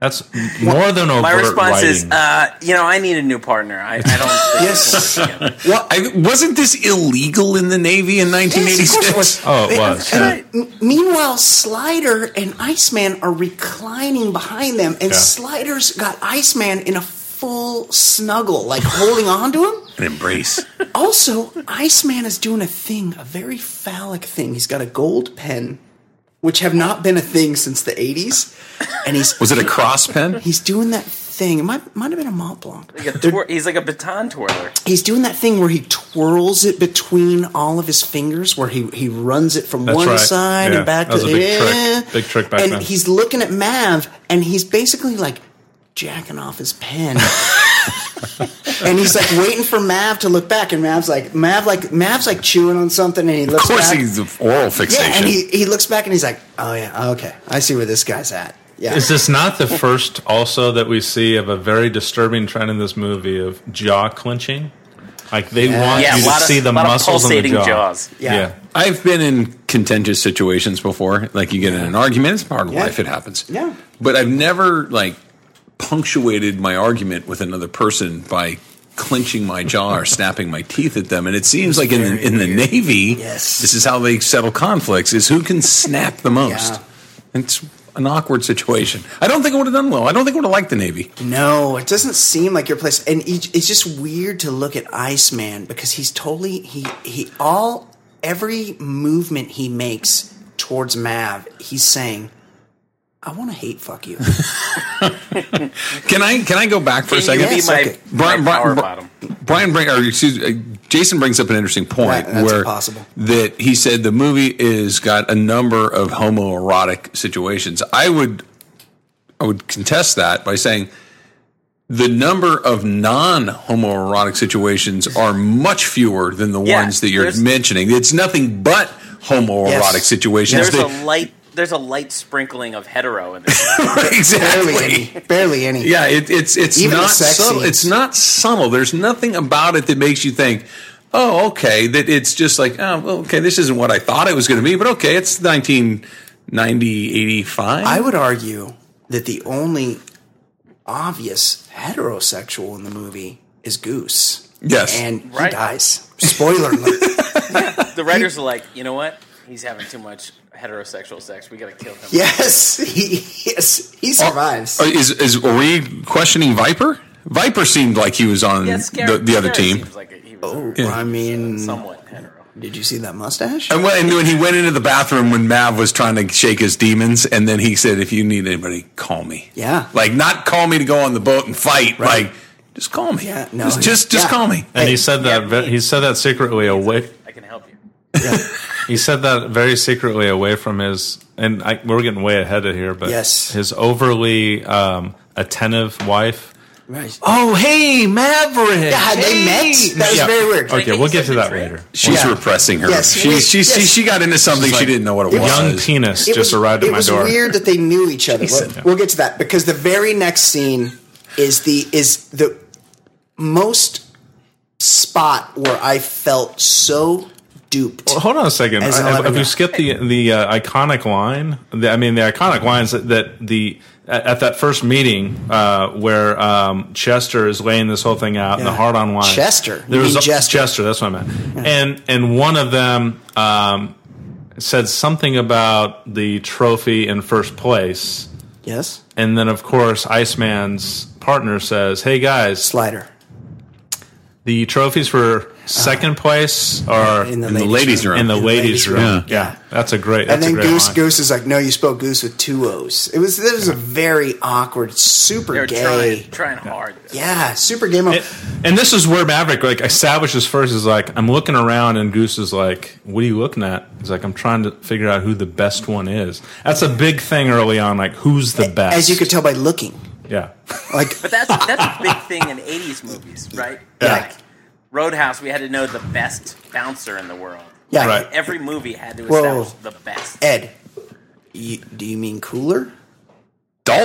that's more than overt My response writing. is, uh, you know, I need a new partner. I, I don't. Think Yes. Well, I, wasn't this illegal in the Navy in Yes, of 1986? course it was. oh, it was. And yeah. I- M- Meanwhile, Slider and Iceman are reclining behind them, and Yeah. Slider's got Iceman in a full snuggle, like holding on to him. An embrace. Also, Iceman is doing a thing, a very phallic thing. He's got a gold pen, which have not been a thing since the 80s. And he's Was it a cross pen? he's doing that thing. It might, might have been a Mont Blanc. like a twir- he's like a baton twirler. He's doing that thing where he twirls it between all of his fingers, where he, he runs it from That's one right. side Yeah, and back that was to a the big trick. Big trick back And then. he's looking at Mav, and he's basically like jacking off his pen. and he's like waiting for Mav to look back, and Mav's like Mav like Mav's like chewing on something, and he Of looks. course, back. he's an oral yeah, fixation. and he, he looks back and he's like, oh yeah, okay, I see where this guy's at. Yeah, Is this not the first also that we see of a very disturbing trend in this movie of jaw clenching? Like they want Yeah, a you to lot of- see the lot of muscles in the pulsating jaw. jaws. Yeah. I've been in contentious situations before. Like you get in an argument, it's part of Yeah. life, it happens. Yeah. But I've never like punctuated my argument with another person by clenching my jaw or snapping my teeth at them. And it seems like in the, in the Navy, Yes. this is how they settle conflicts: is who can snap the most. It's an awkward situation. I don't think I would have done well. I don't think I would have liked the Navy. No, it doesn't seem like your place. And each, it's just weird to look at Iceman because he's totally he he all every movement he makes towards Mav, he's saying, "I want to hate fuck you." Can I can I go back for a Can you second? be Yes, my, okay. my Brian- Brian- power Bri- bottom? Brian bring, or excuse, uh, Jason brings up an interesting point That- that's where impossible. that he said the movie is got a number of homoerotic situations. I would I would contest that by saying the number of non-homoerotic situations are much fewer than the Yeah, ones that you're there's- mentioning. It's nothing but homoerotic Yes. situations. There's a that- light. There's a light sprinkling of hetero in this. barely exactly. any, barely any. Yeah, it, it's it's Even the not sex subtle. scenes. It's not subtle. There's nothing about it that makes you think, oh, okay. That it's just like, oh, well, okay, this isn't what I thought it was going to be, but okay, it's 1990, 85. I would argue that the only obvious heterosexual in the movie is Goose. Yes. and Right. he dies. Spoiler alert. The writers are like, you know what? He's having too much heterosexual sex. We gotta kill him. yes, he yes he survives. Uh, Is is are we questioning Viper? Viper seemed like he was on Yeah, the, Scar- the other Scarab team. Seems like he was Oh, I mean, somewhat hetero. did you see that mustache? And when, and when he went into the bathroom when Mav was trying to shake his demons, and then he said, "If you need anybody, call me." Yeah. like not call me to go on the boat and fight. Like just call me. Yeah, no, just just, just yeah. call me. And Hey, he said that yeah, ve- he said that secretly away. I can help you. He said that very secretly away from his. And I, we're getting way ahead of here, but Yes. his overly um, attentive wife. Right. Oh, hey, Maverick. Yeah, had they met? That was very weird. Okay, we'll get to that later. She's Yeah. repressing her. Yes, she, we- she, yes. she she got into something She's she like, didn't know what it was. Young penis It just was- arrived at it my was door. weird that they knew each other. We'll, we'll get to that because the very next scene is the is the most spot where I felt so duped. Well, hold on a second. As an I, if 11 you skip the the uh, iconic line, the, I mean the iconic lines that, that the at, at that first meeting uh, where um, Chester is laying this whole thing out, and the Yeah. hard on line. Chester. You there was mean a- Jester. Chester. That's what I meant. And and one of them um, said something about the trophy in first place, yes, and then of course Iceman's partner says, "Hey guys, slider. the trophies for second place are Uh-huh. In the In the ladies' ladies' room. in the ladies' ladies' room. room. Yeah. that's a great. and That's then a great Goose line. Goose is like, no, you spelled Goose with two O's. It was this was a very awkward, super They were gay. trying, trying hard. Yeah, super gay. moment. It- and this is where Maverick like establishes first is like I'm looking around and Goose is like, "What are you looking at?" He's like, "I'm trying to figure out who the best one is." That's a big thing early on, like who's the best. As you could tell by looking, yeah, like But that's that's a big thing in '80s movies, right? Yeah. Like Roadhouse, we had to know the best bouncer in the world. yeah, Right. Every movie had to Whoa. establish the best. Ed. You, do you mean cooler? Cooler,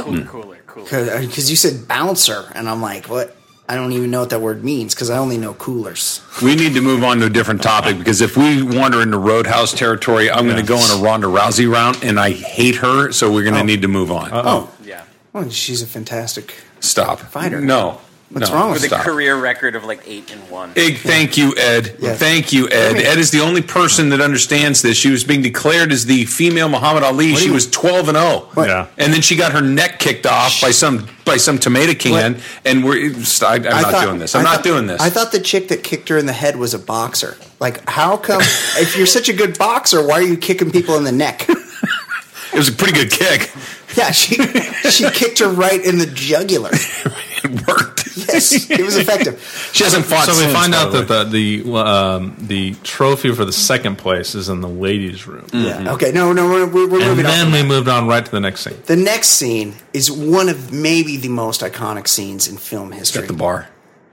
Dalton. cooler, cooler. Because you said bouncer, and I'm like, what? I don't even know what that word means because I only know coolers. We need to move on to a different topic because if we wander into Roadhouse territory, I'm going to go on a Ronda Rousey round, and I hate her, so we're going to need to move on. Oh, Yeah. well, she's a fantastic. Stop. Fighter. No. What's No. wrong With with a Stop. career record of like eight and one. Ig, thank you, Ed. Yeah. Thank you, Ed. Let me- Ed is the only person that understands this. She was being declared as the female Muhammad Ali. do She you- was twelve and zero. What? Yeah. and then she got her neck kicked off by some by some tomato can. What? And we're I, I'm I not thought- doing this. I'm I not thought- doing this. I thought the chick that kicked her in the head was a boxer. Like, how come if you're such a good boxer, why are you kicking people in the neck? it was a pretty good kick. Yeah, she she kicked her right in the jugular. It worked. Yes, it was effective. She hasn't fought. so we since, find by out the way. that the the um, the trophy for the second place is in the ladies' room, Yeah. Okay. No. No. We're, we're, we're Mm. and moving then on. we moved on right to the next scene. The next scene is one of maybe the most iconic scenes in film history. at the bar.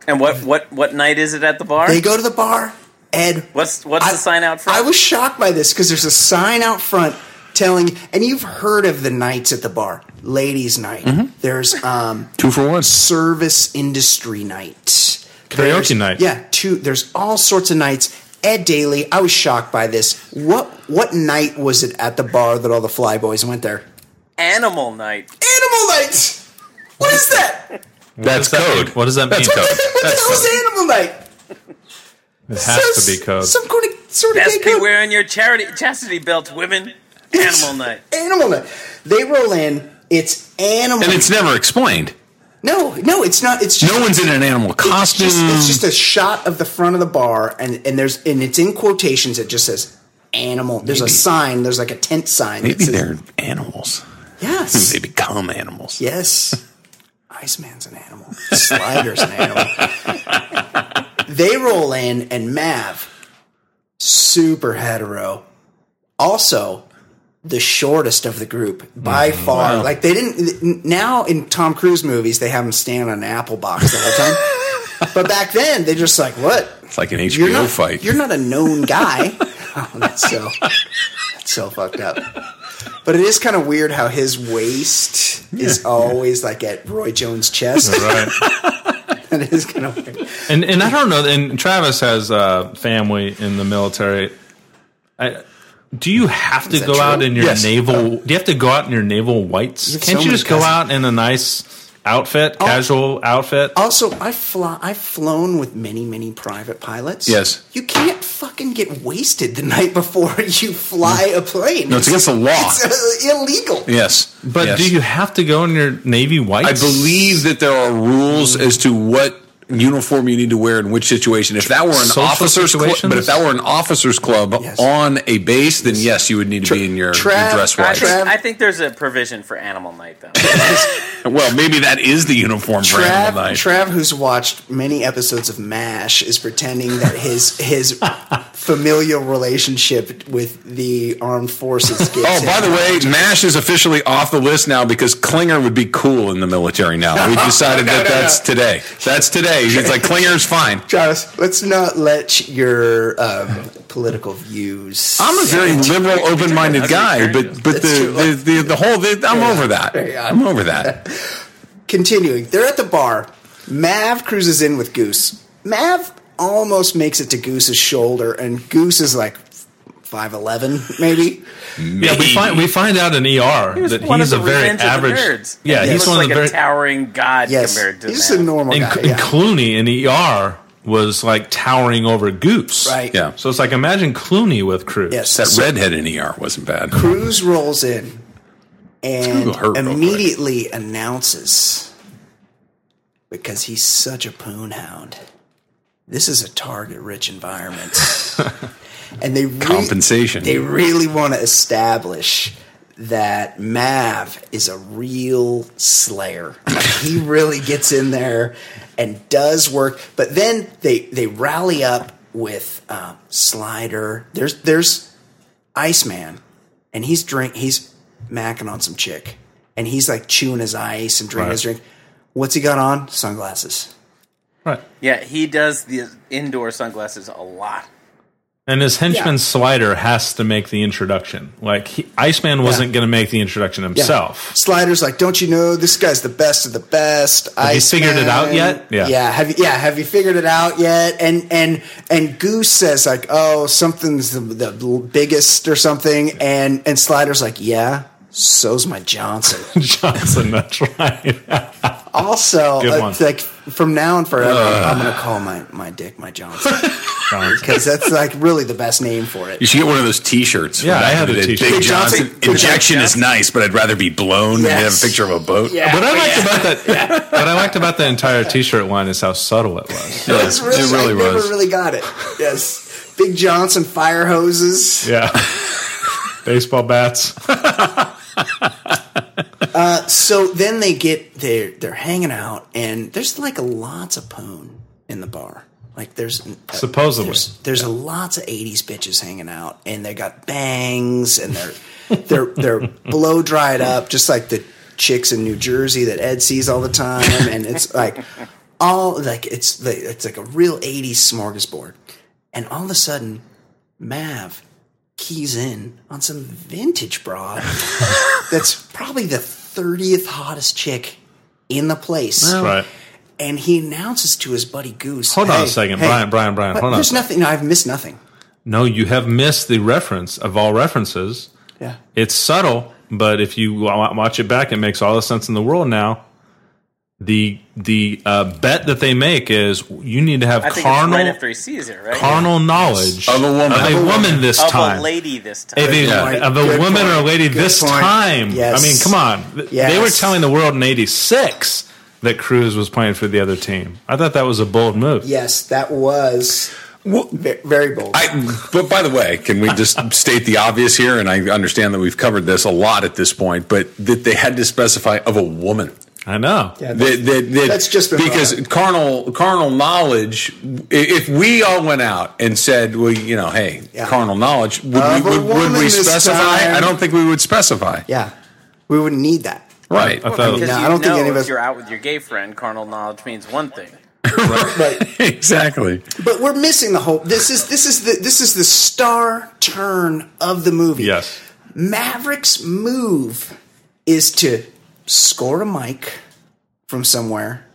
And what what what night is it at the bar? They go to the bar. Ed, What's what's the sign out front? I was shocked by this because there's a sign out front telling, and you've heard of the nights at the bar, ladies' night. Mm-hmm. There's um, Two for one. service industry night, Karaoke There's- night. Yeah, two. There's all sorts of nights. Ed Daly, I was shocked by this. What what night was it at the bar that all the flyboys went there? Animal night. Animal night. What is that? That's What does that code. mean? What does that That's mean? What Code. the what the That's hell is animal night? It has to be code. Some kind of sort of gay Best be code. wearing your charity chastity belt, women. Animal night. Animal night. They roll in. It's animal. and it's never explained. no, no, it's not. It's just, No one's in an animal it's costume. just it's just a shot of the front of the bar, and and there's and it's in quotations. It just says animal. There's a Maybe- sign. There's like a tent sign. that Maybe says- they're animals. yes, They become animals. yes. Iceman's an animal. Slider's an animal. they roll in, and Mav, super hetero, also the shortest of the group by far. Like they didn't now in Tom Cruise movies they have him stand on an apple box the whole time, but back then they just like what It's like an HBO you're not fight. you're not a known guy. oh, that's so that's so fucked up. But it is kind of weird how his waist is always like at Roy Jones' chest. right. it is kind of weird. and and I don't know. And Travis has uh, family in the military. I, do you have to that go true? out in your Yes. naval? Do you have to go out in your naval whites? have Can't so you many just go cousins. out in a nice outfit, Oh. casual outfit? Also, I fly, I've flown with many, many private pilots. Yes. You can't fucking get wasted the night before you fly a plane. No, it's against the law. It's uh, illegal. yes. but Yes. do you have to go in your navy whites? I believe that there are rules Hmm. as to what uniform you need to wear in which situation. If that were an Social officers club, situations? but if that were an officers club Yes. on a base, then yes, you would need to be in your, Trav- your dress I white. think, Trav- I think there's a provision for animal night though. Well, maybe that is the uniform for Trav, animal night. Trav, who's watched many episodes of MASH, is pretending that his his familial relationship with the armed forces. Gives Oh, by him- the way, Mash is officially off the list now because Klinger would be cool in the military now. We decided that that's today. That's today. It's like Klinger's fine. Travis, let's not let your um, political views. I'm a very liberal, open-minded guy, but but That's the, the, the the whole the, I'm over that. I'm over that. Continuing, they're at the bar. Mav cruises in with Goose. Mav almost makes it to Goose's shoulder, and Goose is like five eleven, maybe. Yeah, we find we find out in ER He was that one he's of a the very Revenge of the average. nerds. Yeah, He looks he's one like of the a very. towering god Yes, compared to he's just them. a normal and, guy. and yeah. Clooney in ER was like towering over Goose. Right. Yeah. So it's like imagine Clooney with Cruz. Yes. That redhead in ER wasn't bad. Cruz rolls in and Google her real quick. immediately announces because he's such a poon hound. This is a target rich environment. and they re- Compensation. they really want to establish that Mav is a real slayer. Like, he really gets in there and does work. But then they they rally up with um, Slider. There's there's Iceman, and he's drink he's macking on some chick, and he's like chewing his ice and drinking Right. his drink. What's he got on? Sunglasses. Right. Yeah, he does the indoor sunglasses a lot. And his henchman Yeah. Slider has to make the introduction. Like he, Iceman wasn't going to make the introduction Yeah. himself. Slider's like, don't you know this guy's the best of the best? I you figured it out yet? Yeah. Yeah. Yeah. Have you, yeah. Have you figured it out yet? And and and Goose says like, oh, something's the, the biggest or something. And and Slider's like, yeah. So's my Johnson. Johnson, that's right. Also, Good uh, one. like from now on forever, I'm gonna call my my dick my Johnson Johnson. because that's like really the best name for You it. should get one of those T-shirts. Yeah, I had a Big t-shirt. Big Big Johnson. Johnson. Injection Big is Johnson. nice, but I'd rather be blown than have a Yes. picture of a boat. Yeah. What I liked about that, what I liked about the entire T-shirt line is how subtle it was. Yeah, It's really, it really I was. never really got it. Yes, Big Johnson fire hoses. Yeah, baseball bats. So then they get they they're hanging out, and there's like lots of poon in the bar. Like there's uh, Supposedly. there's, there's a lots of '80s bitches hanging out, and they got bangs, and they're they're they're blow dried up, just like the chicks in New Jersey that Ed sees all the time, and it's like all like it's like, it's like a real '80s smorgasbord, and all of a sudden, Mav keys in on some vintage broad that's probably the 30th hottest chick in the place. right. And he announces to his buddy Goose. Hold on "Hey, a second, hey, Brian, Brian, Brian. but Hold on. There's nothing. No, I've missed nothing. No, you have missed the reference of all references. Yeah. It's subtle, but if you wa- watch it back, it makes all the sense in the world now. The the uh, bet that they make is you need to have I think carnal it's right after he sees her, right? carnal knowledge Of a woman. of a Of a woman this of time. a lady this time. If a- point. Of a Good woman or a point. lady Good this point. time. Yes. I mean, come on. Th- They were Yes. telling the world in '86 that Cruz was playing for the other team. I thought that was a bold move. Yes, that was Well, ve- very bold. I, but by the way, can we just state the obvious here? And I understand that we've covered this a lot at this point, but that they had to specify of a woman. I know. Yeah, that's- That, that, that- That's just been because brought carnal carnal knowledge. i- If we all went out and said, "Well, you know, hey, Yeah. carnal knowledge," would Of a we, would, would woman we this specify? time. I don't think we would specify. yeah, we wouldn't need that. Right. I thought- Because No, you I don't think know any of us- If you're out with your gay friend, carnal knowledge means one thing. But exactly. but we're missing the whole. This is this is the this is the star turn of the movie. Yes. Maverick's move is to score a mic from somewhere,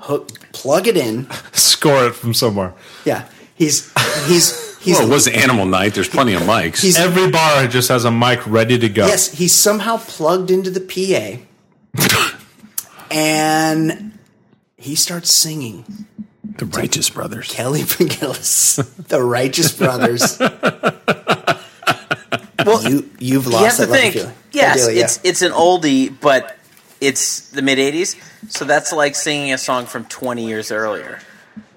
hook, plug it in. Score it from somewhere. Yeah, he's he's he's Well, it was Animal Night. There's plenty of mics. He's- Every bar just has a mic ready to go. yes, he's somehow plugged into the PA, and he starts singing the Righteous Brothers. Kelly McGillis, The Righteous Brothers. Well, you you've you lost have to that lucky think. feeling. Yes, Ideally, yeah. it's it's an oldie, but it's the mid '80s, so that's like singing a song from 20 years earlier.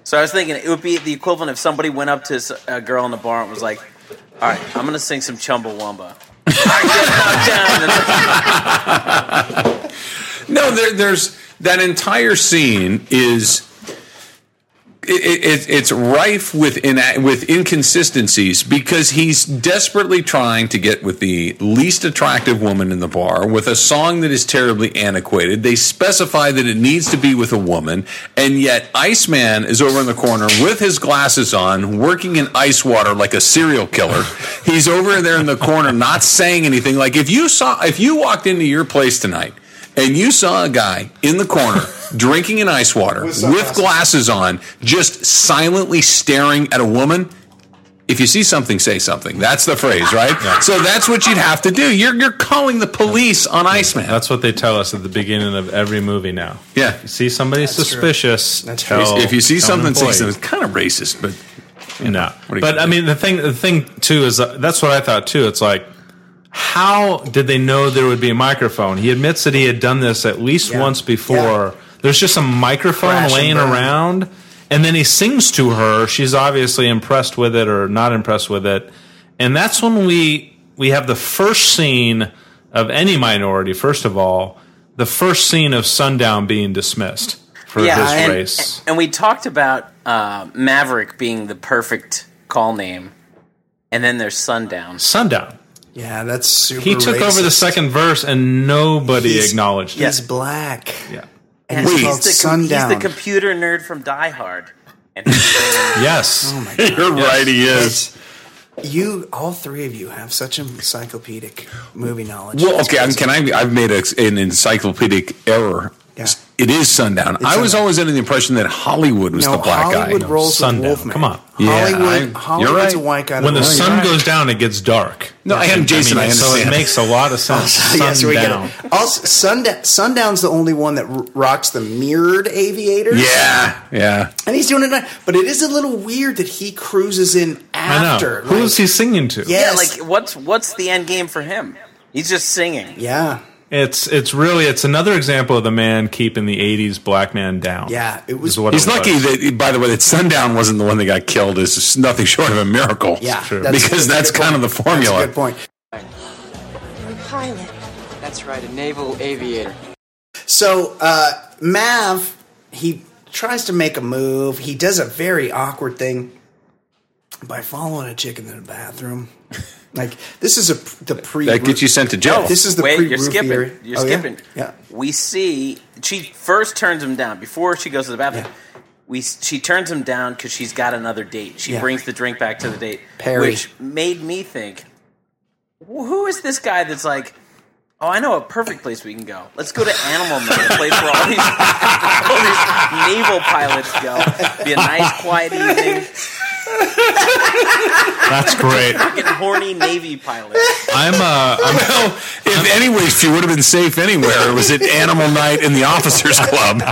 So I was thinking it would be the equivalent if somebody went up to s- a girl in the bar and was like, "All right, I'm gonna sing some Chumbawamba." All right, get knocked down. And it's- No, there, there's that entire scene is it, it, it's rife with ina- with inconsistencies because he's desperately trying to get with the least attractive woman in the bar with a song that is terribly antiquated. They specify that it needs to be with a woman, and yet Iceman is over in the corner with his glasses on, working in ice water like a serial killer. He's over there in the corner, not saying anything. Like if you saw, if you walked into your place tonight and you saw a guy in the corner drinking an ice water with, sunglasses. glasses on, just silently staring at a woman. If you see something, say something. That's the phrase, right? So that's what you'd have to do. You're you're calling the police on Iceman. That's what they tell us at the beginning of every movie now. Yeah. You see somebody suspicious. That's true. tell, if you see tell an something, say employee. something. It's kind of racist, but No, are you but gonna I do? mean the thing. The thing too is that, that's what I thought too. It's like, how did they know there would be a microphone? He admits that he had done this at least Yeah. once before. Yeah. There's just a microphone Crash and laying burn. around, and then he sings to her. She's obviously impressed with it or not impressed with it, and that's when we we have the first scene of any minority. First of all, the first scene of Sundown being dismissed for his and, race. and we talked about uh, Maverick being the perfect call name, and then there's Sundown. Sundown. Yeah, that's super. He took over the racist. second verse and nobody He's- acknowledged He's it. black. Yeah. And he's Wait. called the, com- he's Sundown. the computer nerd from Die Hard. And he's Yes. you're right. He is. You, all three of you, have such encyclopedic movie knowledge. Well, okay. I'm, can I? I've made a, an encyclopedic error. Yeah. It is sundown. I was sundown. sundown. always under the impression that Hollywood was no, the black Hollywood guy. rolls Sundown. with Wolfman. Come on. Yeah, I- Hollywood, you're Hollywood's right. a white guy. that When the rolls. sun goes down, it gets dark. No, I am Jason. I, so it understand. makes a lot of sense. Yeah, so we get Sundown. it. Also, Sundown, Sundown's the only one that r- rocks the mirrored aviators. yeah, yeah. and he's doing it. nice. But it is a little weird that he cruises in I know. after. Who like- is he singing to? Yeah. yeah, Yes. like what's what's the end game for him? He's just singing. Yeah, It's it's really it's another example of the man keeping the '80s black man down. yeah. It was. Is what He's it was. lucky that, by the way, that sundown wasn't the one that got killed. Is just nothing short of a miracle. yeah, true. because that's, a good kind of the point. That's formula. a good point. pilot. That's right, a naval aviator. So uh, Mav, he tries to make a move. He does a very awkward thing by following a chick in the bathroom. like this is a the pre. That gets you sent to jail. This is the Wait, pre. you're skipping. Theory. You're Oh, yeah? skipping. Yeah. We see she first turns him down before she goes to the bathroom. Yeah. We she turns him down because she's got another date. She Yeah. brings the drink back to the date, Perry. which made me think, "Wh- who is this guy that's like? Oh, I know a perfect place we can go. Let's go to Animal Man, a place where all these, all these naval pilots go. Be a nice, quiet evening. That's great. Fucking horny Navy pilot. I'm uh I'm, Well, if anyway, she would have been safe anywhere. It was at Animal Night in the Officers Club.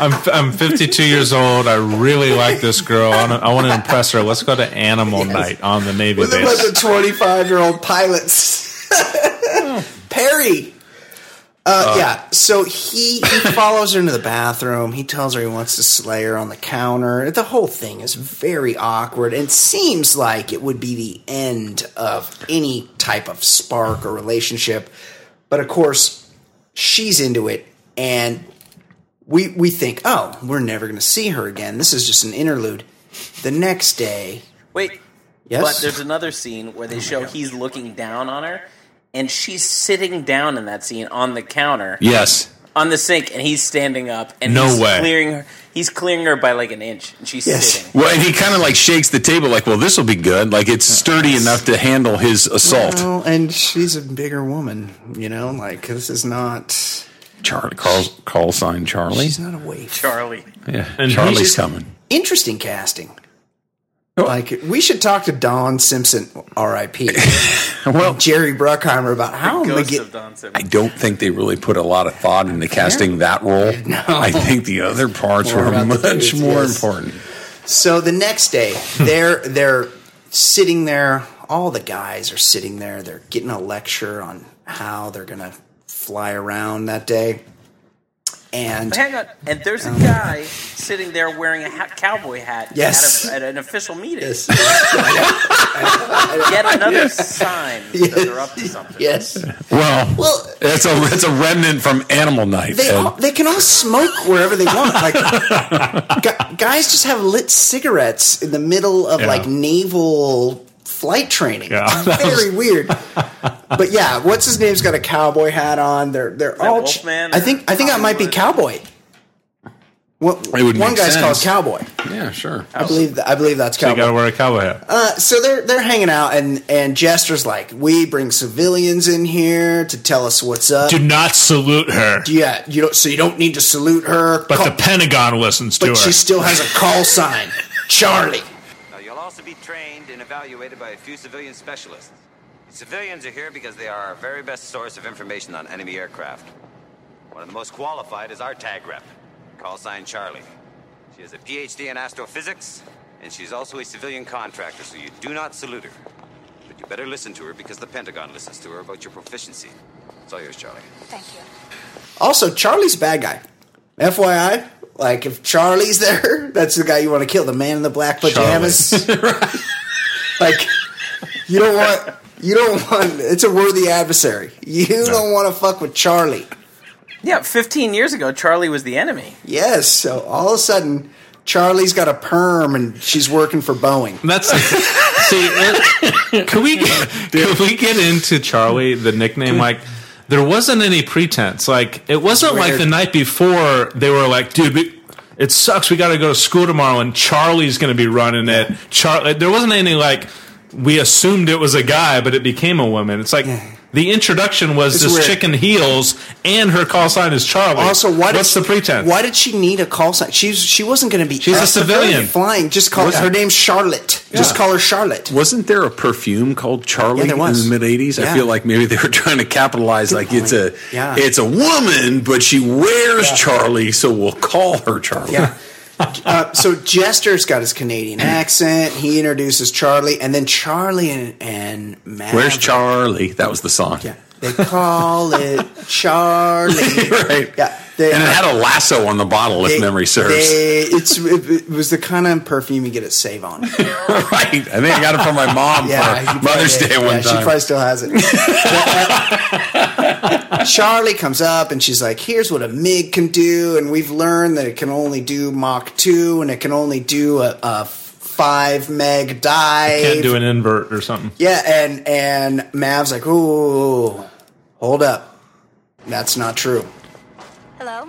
I'm I'm 52 years old. I really like this girl. I want to, I want to impress her. Let's go to Animal Night on the Navy With a base. bunch of twenty-five-year-old pilots. Perry. Uh, yeah, so he, he follows her into the bathroom. He tells her he wants to slay her on the counter. The whole thing is very awkward and seems like it would be the end of any type of spark or relationship. But of course, she's into it, and we we think, oh, we're never going to see her again. This is just an interlude. The next day, Wait, yes, Oh But there's another scene where they show he's looking down on her, and she's sitting down in that scene on the counter, Yes. on the sink, and he's standing up, and No he's way. clearing her. He's clearing her by like an inch, and she's Yes. sitting. Well, and he kind of like shakes the table, like, "Well, this will be good. Like, it's sturdy enough to handle his assault." Well, and she's a bigger woman, you know. Like this is not. Charlie, call, call sign Charlie. She's not a waif. Charlie, Yeah, And Charlie's he's- coming. Interesting casting. Oh. Like we should talk to Don Simpson, R.I.P. Well, Jerry Bruckheimer about how am I ghost get. of Don Simpson. I don't think they really put a lot of thought into casting that role. No. I think the other parts More were about the much dudes, more yes. important. So the next day, they're they're sitting there. All the guys are sitting there. They're getting a lecture on how they're gonna fly around that day. And Hang on, and Oh there's a guy sitting there wearing a ha- cowboy hat Yes. at, a, at an official meeting. yes, Yet another sign that they're up to something. yes. Well, Well, that's a that's a remnant from Animal Night. They and all, they can all smoke wherever they want. Like gu- guys just have lit cigarettes in the middle of Yeah. like naval flight training. Yeah, It's that was- very weird. But yeah, what's his name's got a cowboy hat on. They're they're that all. ch- Wolfman I think I think that might be Hollywood? cowboy. One, It would one make guy's called sense. Cowboy. Yeah, sure. I believe I believe that's So you Cowboy. got to wear a cowboy hat. Uh, so they're they're hanging out, and and Jester's like, "We bring civilians in here to tell us what's up." Do not salute her. yeah, you don't. So you don't need to salute her, But Call- the Pentagon listens to but her. she still has a call sign, Charlie. Now, you'll also be trained and evaluated by a few civilian specialists. Civilians are here because they are our very best source of information on enemy aircraft. One of the most qualified is our tag rep, call sign Charlie. She has a PhD in astrophysics, and she's also a civilian contractor, so you do not salute her. But you better listen to her because the Pentagon listens to her about your proficiency. It's all yours, Charlie. Thank you. Also, Charlie's a bad guy. FYI, like if Charlie's there, that's the guy you want to kill, the man in the black pajamas. like you don't want you don't want it's a worthy adversary. You don't want to fuck with Charlie. Yeah, 15 years ago, Charlie was the enemy. Yes, so all of a sudden Charlie's got a perm and she's working for Boeing. That's see. uh, Can we get, can we get into Charlie the nickname? Like there wasn't any pretense. Like it wasn't like Weird. the night before they were like, dude. We, it sucks. We got to go to school tomorrow, and Charlie's going to be running it. Charlie, there wasn't any like we assumed it was a guy, but it became a woman. It's like the introduction was It's this weird. chicken heels, and her call sign is Charlie. Also, why did what's she- the pretense? Why did she need a call sign? She's she wasn't going to be. She's a up civilian. flying. Just call Wasn't- her name's Charlotte. Just Yeah. call her Charlotte. Wasn't there a perfume called Charlie Yeah, there was. in the mid '80s? Yeah. I feel like maybe they were trying to capitalize, like it's a point. Yeah. it's a woman, but she wears Charlie, so we'll call her Charlie. Yeah. Uh, so Jester's got his Canadian accent. He introduces Charlie, and then Charlie and, and Matt. Where's Charlie? That was the song. Yeah, they call it Charlie. right. Yeah, they- and it had a lasso on the bottle, They- if memory serves. they- it's it, it was the kind of perfume you get at Save On. right. I think I got it from my mom Yeah, for she Mother's probably- Day one yeah, She time. probably still has it. But, uh, Charlie comes up and she's like, "Here's what a Mig can do," and we've learned that it can only do Mach two, and it can only do a, a five meg dive. Can't do an invert or something. Yeah, and and Mav's like, "Ooh, hold up, that's not true." Hello.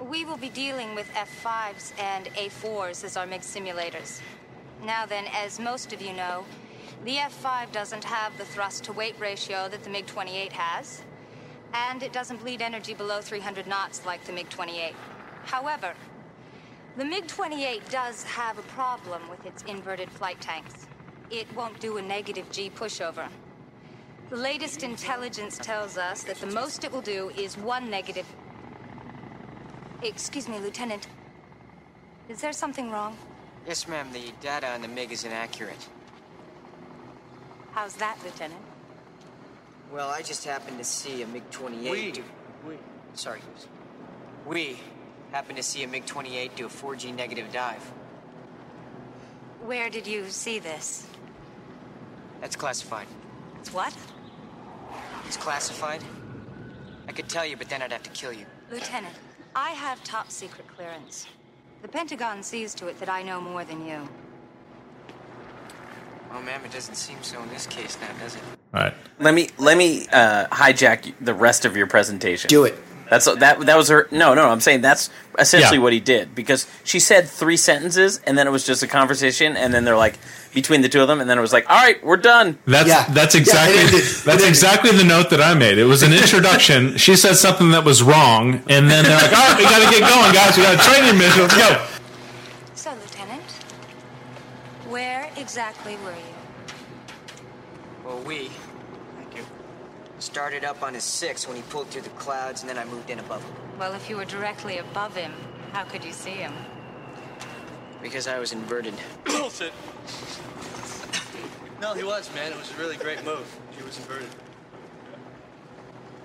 We will be dealing with F5s and A4s as our MiG simulators. Now then, as most of you know, the F5 doesn't have the thrust to weight ratio that the MiG 28 has, and it doesn't bleed energy below 300 knots like the MiG 28. However, the MiG 28 does have a problem with its inverted flight tanks. It won't do a negative G pushover. The latest intelligence tells us that the most it will do is one negative Excuse me, Lieutenant. Is there something wrong? Yes, ma'am, the data on the MiG is inaccurate. How's that, Lieutenant? Well, I just happened to see a MiG 28. do- we. Sorry. We happened to see a MiG 28 do a 4G negative dive. Where did you see this? That's classified. It's what? It's classified? I could tell you, but then I'd have to kill you. Lieutenant, I have top secret clearance. The Pentagon sees to it that I know more than you. Oh, ma'am, it doesn't seem so in this case now, does it? All right. Let me let me uh, hijack the rest of your presentation. Do it. That's that. That was her. No, no. I'm saying that's essentially Yeah. what he did because she said three sentences and then it was just a conversation and then they're like between the two of them and then it was like, all right, we're done. That's Yeah. that's Yeah, exactly it ended. It that's ended. exactly the note that I made. It was an introduction. she said something that was wrong, and then they're like, "All right, we got to get going, guys. We got a training mission. Let's go." So, Lieutenant, where exactly were you? Well, we. Thank you. Started up on his six when he pulled through the clouds, and then I moved in above him. Well, if you were directly above him, how could you see him? Because I was inverted. Bullshit. No, he was, man. It was a really great move. He was inverted.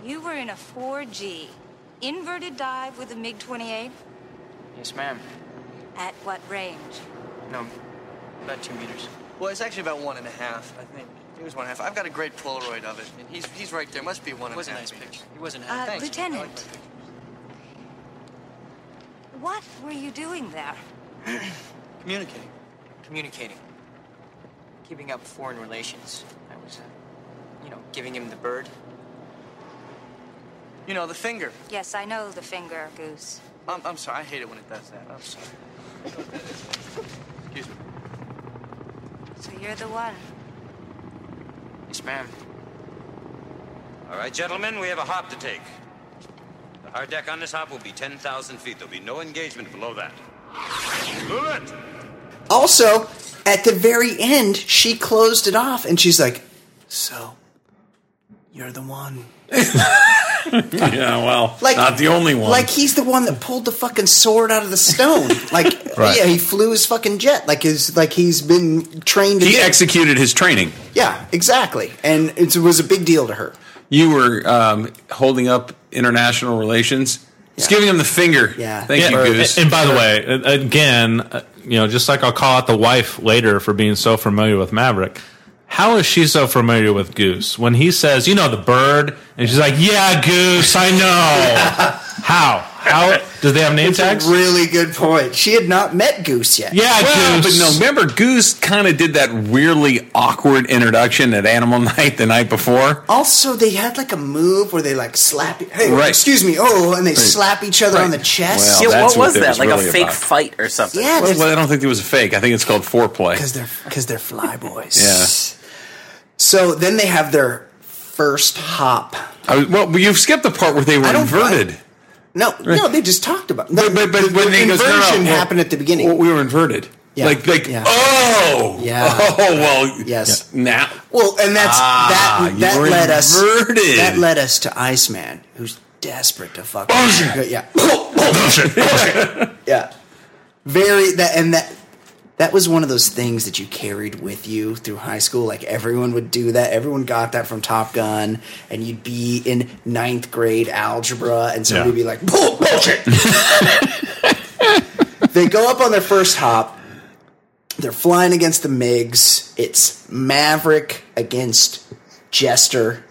You were in a 4G inverted dive with a MiG 28 Yes, ma'am. at what range? No, about two meters. Well, it's actually about one and a half, I think. It was one and a half. I've got a great Polaroid of it. And he's he's right there. Must be one and It a was a half. nice picture. He wasn't Uh, happy. Lieutenant. I like my picture. What were you doing there? Communicating. Communicating. Keeping up foreign relations. I was, uh, you know, giving him the bird. You know, the finger. Yes, I know the finger, Goose. I'm, I'm sorry. I hate it when it does that. I'm sorry. Excuse me. So you're the one. Yes, ma'am. All right, gentlemen, we have a hop to take. The hard deck on this hop will be 10,000 feet. There'll be no engagement below that. Move it! Also, at the very end, she closed it off and she's like, So, you're the one. yeah, well, Like, not the only one. Like, he's the one that pulled the fucking sword out of the stone. Like, Right. yeah, he flew his fucking jet. Like, his, like he's been trained to he do. executed his training. yeah, exactly. And it was a big deal to her. You were um, holding up international relations. Just giving him the finger. Yeah. Thank Yeah, you, and- Goose. And by the way, a- again, uh, you know, just like I'll call out the wife later for being so familiar with Maverick. How is she so familiar with Goose when he says, "You know the bird," and she's like, "Yeah, Goose, I know." How? How do they have name It's a tags? really good point. She had not met Goose yet. Yeah, Well, Goose. but no, remember Goose kind of did that weirdly awkward introduction at Animal Night the night before. Also, they had like a move where they like slap. e- Hey, Right. excuse me. Oh, and they Right. slap each other on the chest. Well, yeah, that's what was what it that? was like really a fake about. fight or something? Yeah, Well, there's- well, I don't think it was a fake. I think it's called foreplay. because they're because they're fly boys. Yeah. So then they have their first hop. I was, well, you've skipped the part where they were I don't- inverted. No, no, they just talked about. but but, but when they goes, no, no, inversion well, happened at the beginning. well, we were inverted. Yeah, Like like yeah. oh Yeah. oh well Yes. now Well, and that's Ah, that. you That were led us. inverted. That led us to Iceman, who's desperate to fuck. Bullshit. Yeah, yeah. Very that and that. That was one of those things that you carried with you through high school. Like everyone would do that. Everyone got that from Top Gun, and you'd be in ninth grade algebra, and somebody would Yeah. be like, "Bull- "Bullshit." they go up on their first hop. They're flying against the MiGs. It's Maverick against Jester.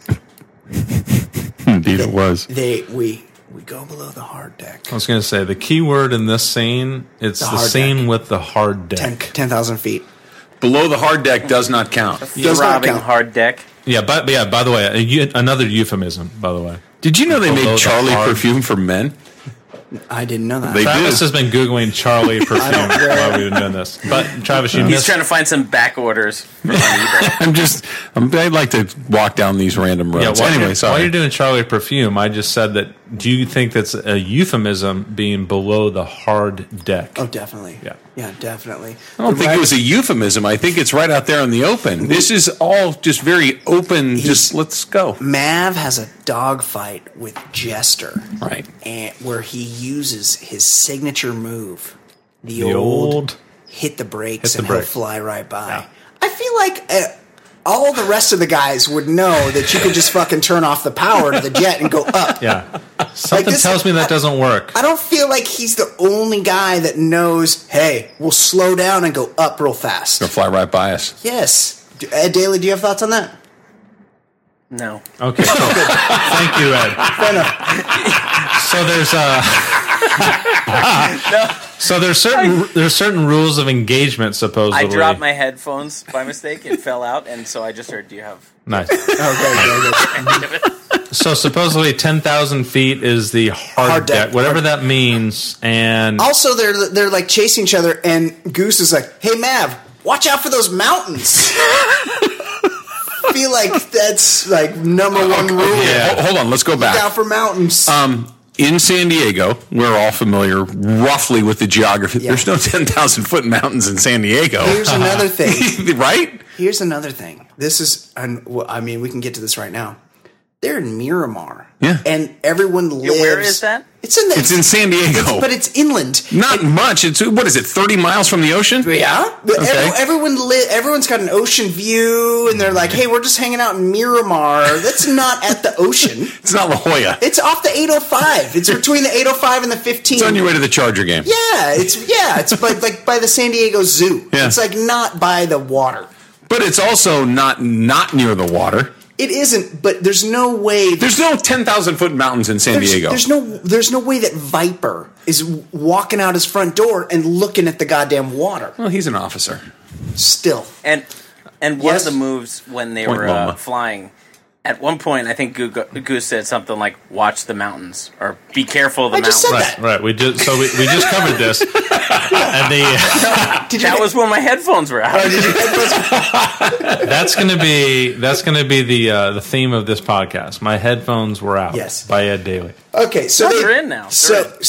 Indeed, it was. They we we go below the hard deck. I was going to say the key word in this scene. It's The the, hard scene with the hard deck. Ten- 10,000 feet. below the hard deck does not count. Does not Throbbing count. hard deck. Yeah, but but yeah. By the way, a, eu- another euphemism. By the way, Did you know they Below the made Charlie hard- perfume for men? I didn't know that. They Travis do. has been googling Charlie perfume while we've been doing this. But Travis, you He's missed trying to find some back orders. for- I'm just I'm, I'd like to walk down these random roads. while, anyway, you're, sorry. while you're doing Charlie Perfume, I just said that. Do you think that's a euphemism being below the hard deck? oh, definitely. Yeah. Yeah, definitely. I don't think it was a euphemism. I think it's right out there in the open. This is all just very open. Just let's go. Mav has a dogfight with Jester, Right. and, where he uses his signature move, the, The old, old- hit the brakes Hit the and he'll brake. fly right by. I feel like uh, all the rest of the guys would know that you could just fucking turn off the power to the jet and go up. Yeah, something this- tells me that doesn't work. I don't feel like he's the only guy that knows, hey, we'll slow down and go up real fast. Gonna fly right by us. Yes. D- Ed Daly, do you have thoughts on that? No. Okay, so, thank you, Ed. Fair enough. So there's uh, so there's certain there's certain rules of engagement supposedly. I dropped my headphones by mistake. It fell out, and so I just heard, "Do you have?" nice. Okay, okay, okay. So supposedly ten thousand feet is the hard, Hard deck. deck, whatever that means, and also, they're they're like chasing each other, and Goose is like, "Hey, Mav, watch out for those mountains." Feel like that's like number one rule. Yeah. Ho- hold on. Let's go Look out back. for mountains. Um, in San Diego, we're all familiar roughly with the geography. Yeah. There's no ten thousand foot mountains in San Diego, Here's another thing. right? Here's another thing. This is, and well, I mean, we can get to this right now. They're in Miramar. Yeah. and everyone lives. where is that? It's in the. It's in San Diego, but it's inland. not much. It's what is it? Thirty miles from the ocean? Yeah. But Okay. every- everyone li- everyone's got an ocean view, and they're like, "Hey, we're just hanging out in Miramar. That's not at the ocean. It's not La Jolla. It's off the 805. It's between the 805 and the 15." It's on your way to the Charger game. yeah, it's yeah, it's by, like by the San Diego Zoo. Yeah. It's like not by the water. But it's also not not near the water. It isn't, but there's no way. There's no ten thousand foot mountains in San there's, Diego. there's no there's no way that Viper is walking out his front door and looking at the goddamn water. well, he's an officer. Still, And and one Yes. of the moves when they Point were Loma. uh, flying, At one point, I think Goo- Goose said something like "Watch the mountains" or "Be careful of the I mountains." just said Right, right. We just so we, we just covered this, and the that was when my headphones were out. that's going to be that's going to be the uh, the theme of this podcast. My headphones were out. Yes. by Ed Daly. Okay, so No, they- they're in now. They're So in. Okay.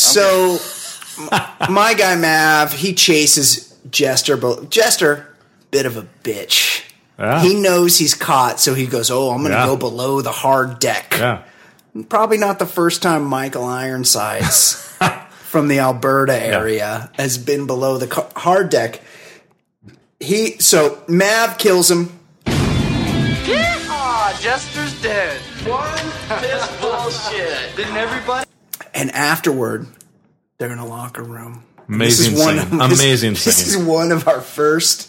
so m- my guy Mav, he chases Jester, but Jester, bit of a bitch. Yeah. He knows he's caught, so he goes, "Oh, I'm going to Yeah. go below the hard deck." Yeah, Probably not the first time Michael Ironsides from the Alberta area has been below the ca- hard deck. He so Mav kills him. Ah, Jester's dead. What? This bullshit. Didn't everybody? and afterward, they're in a locker room. And Amazing scene. this- Amazing this, scene. is one of our first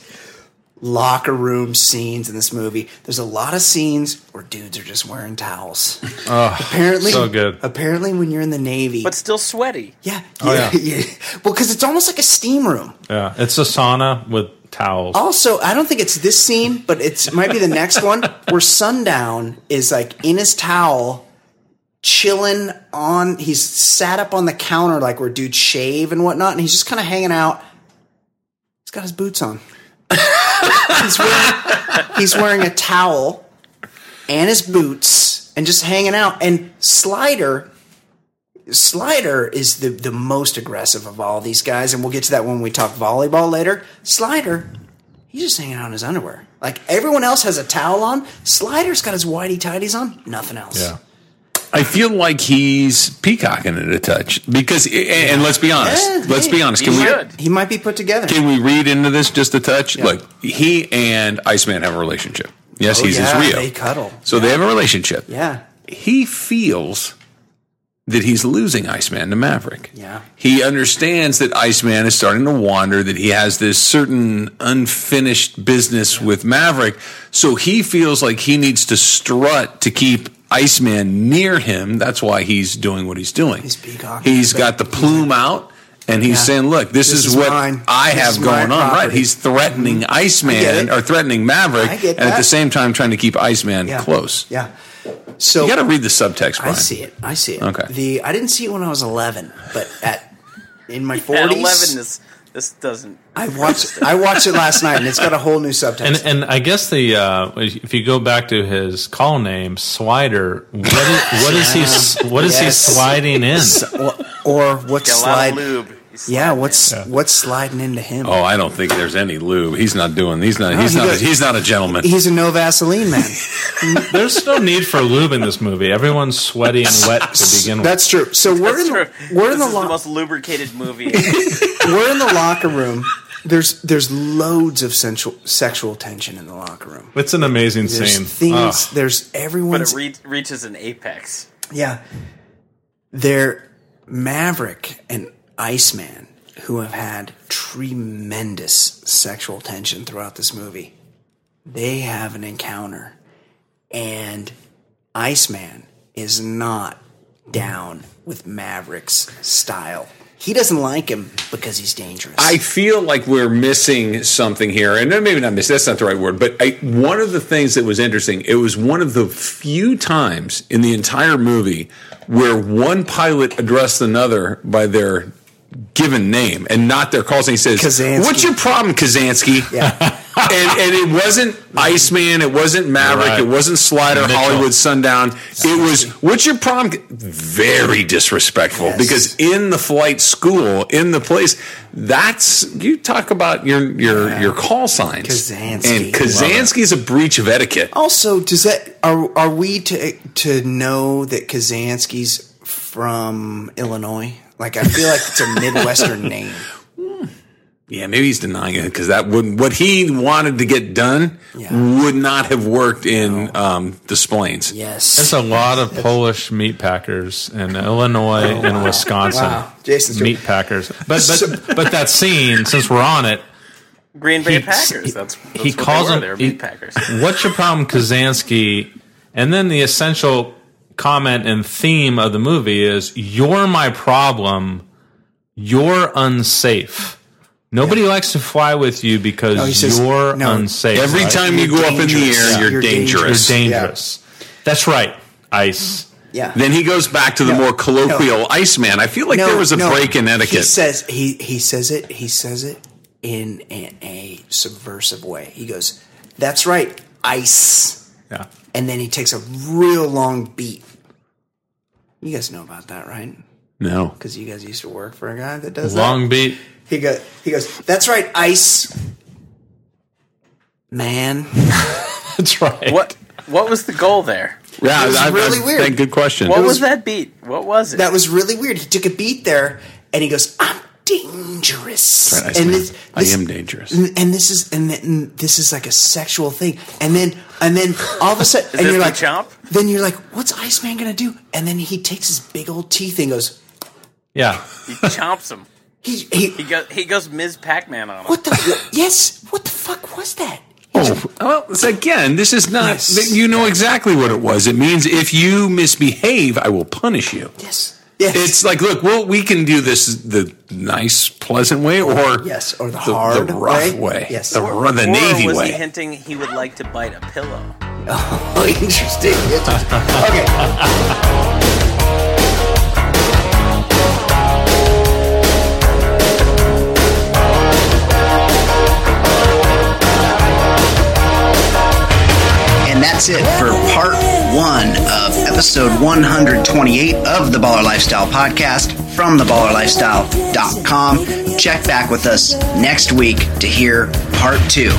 locker room scenes in this movie. There's a lot of scenes where dudes are just wearing towels. apparently, so good. Apparently, when you're in the Navy, but still sweaty. yeah, Oh, yeah, yeah. yeah. Well, because it's almost like a steam room. yeah. It's a sauna with towels. Also, I don't think it's this scene, but it's might be the next one where Sundown is like in his towel, chilling on. He's sat up on the counter like where dudes shave and whatnot, and he's just kind of hanging out. He's got his boots on. he's, wearing, he's wearing a towel and his boots and just hanging out. And Slider. Slider is the, the most aggressive of all these guys, and we'll get to that when we talk volleyball later. Slider He's just hanging out in his underwear. Like everyone else has a towel on. Slider's got his whitey tidies on. Nothing else. Yeah. I feel like he's peacocking it a touch because, and, and let's be honest, Yeah, let's hey, be honest. Can he we should. He might be put together. can we read into this just a touch? Look, he and Iceman have a relationship. Yes, Oh, he's yeah, his Rio. They cuddle. So they have a relationship. Yeah. He feels that he's losing Iceman to Maverick. Yeah. He understands that Iceman is starting to wander, that he has this certain unfinished business with Maverick. So he feels like he needs to strut to keep Iceman near him. That's why he's doing what he's doing. He's peacocking. He's got the plume out. And he's Yeah. saying, "Look, this, This is, is what mine. I This have is my going on." Right? property. Mm-hmm. He's threatening Iceman it. or threatening I Maverick, get and at that. the same time trying to keep Iceman Yeah. close. Yeah. So You got to read the subtext, I Brian. see it. I see it. Okay. The I didn't see it when I was eleven, but at in my At forties, eleven, this this doesn't. I watched. I watched it last night, and it's got a whole new subtext. And and I guess the uh, if you go back to his call name Slider, what is, what is he s- what is Yes. he sliding in? or, or what's Get a lot of slide? lube. He's Yeah. sliding What's in. what's sliding into him? Oh, I don't think there's any lube. He's not doing. He's not. He's he not. goes- he's not a gentleman. He's a no Vaseline man. There's no need for lube in this movie. Everyone's sweaty and wet to begin with. That's true. So we're That's in true. the, we're this in the is lo- the most lubricated movie. ever. we're in the locker room. There's there's loads of sensual, sexual tension in the locker room. It's an amazing There's scene. Ah. things. Ugh. There's but it everyone's. re- reaches an apex. yeah. They're Maverick and Iceman who have had tremendous sexual tension throughout this movie. They have an encounter, and Iceman is not down with Maverick's style. He doesn't like him because he's dangerous. I feel like we're missing something here, and maybe not miss. That's not the right word. But I, one of the things that was interesting, it was one of the few times in the entire movie where one pilot addressed another by their given name and not their calls. And he says, Kazansky. "What's your problem, Kazansky?" yeah. and, and it wasn't Iceman, it wasn't Maverick, Right. it wasn't Slider, Mitchell. Hollywood Sundown. It was what's your problem? Very disrespectful Yes. because in the flight school, in the place, that's you talk about your your your call signs. Kazansky. and Kazansky is a breach of etiquette. Also, does that are are we to to know that Kazansky's from Illinois? Like, I feel like it's a Midwestern name. Yeah, maybe he's denying it because that wouldn't what he wanted to get done Yeah. would not have worked in um, the splains. There's Yes. a lot of Polish meat packers in Illinois and Wisconsin. Oh, Wow. Jason Stewart. meat packers. But but but that scene, since we're on it, Green Bay He- Packers. he- That's, that's he what calls they were. him- They were he- meat Packers. what's your problem, Kazansky? And then the essential comment and theme of the movie is you're my problem. You're unsafe. Nobody likes to fly with you because No, he says- you're no. unsafe. Every right? time you go up in the dangerous. air, you're, You're dangerous. you're dangerous. That's right. Ice. Yeah. Then he goes back to the more colloquial no. Iceman. I feel like No, there was a no. break in He etiquette. says he he says it he says it in a, a subversive way. He goes, "That's right, ice." Yeah. And then he takes a real long beat. You guys know about that, right? no. Because you guys used to work for a guy that does Long that. beat. He goes. He goes. That's right, ice man. That's right. What What was the goal there? Yeah, It was I- I- really weird. thank- good question. What It was, was- that beat? What was it? That was really weird. He took a beat there, and he goes, "I'm dangerous." That's right, and Iceman. this, this- I am dangerous. And and this is and, th- and this is like a sexual thing. And then and then all of a sudden, and this you're the like, chomp? then you're like, what's Iceman gonna do? And then he takes his big old teeth and goes, Yeah. He chomps him. he, he He goes. He goes Ms. Pac-Man on him. what the yes, what the fuck was that? Oh, well, it's- again, this is not, Yes. th- you know exactly what it was. It means if you misbehave, I will punish you. Yes, yes, It's like, look, well, we can do this the nice, pleasant way or, yes, or the, hard the rough way. Yes, The, ru- the Or Navy was way. he hinting he would like to bite a pillow? Oh, interesting. interesting. Okay. And that's it for part one of episode 128 of the Baller Lifestyle podcast from theballerlifestyle.com. Check back with us next week to hear part two.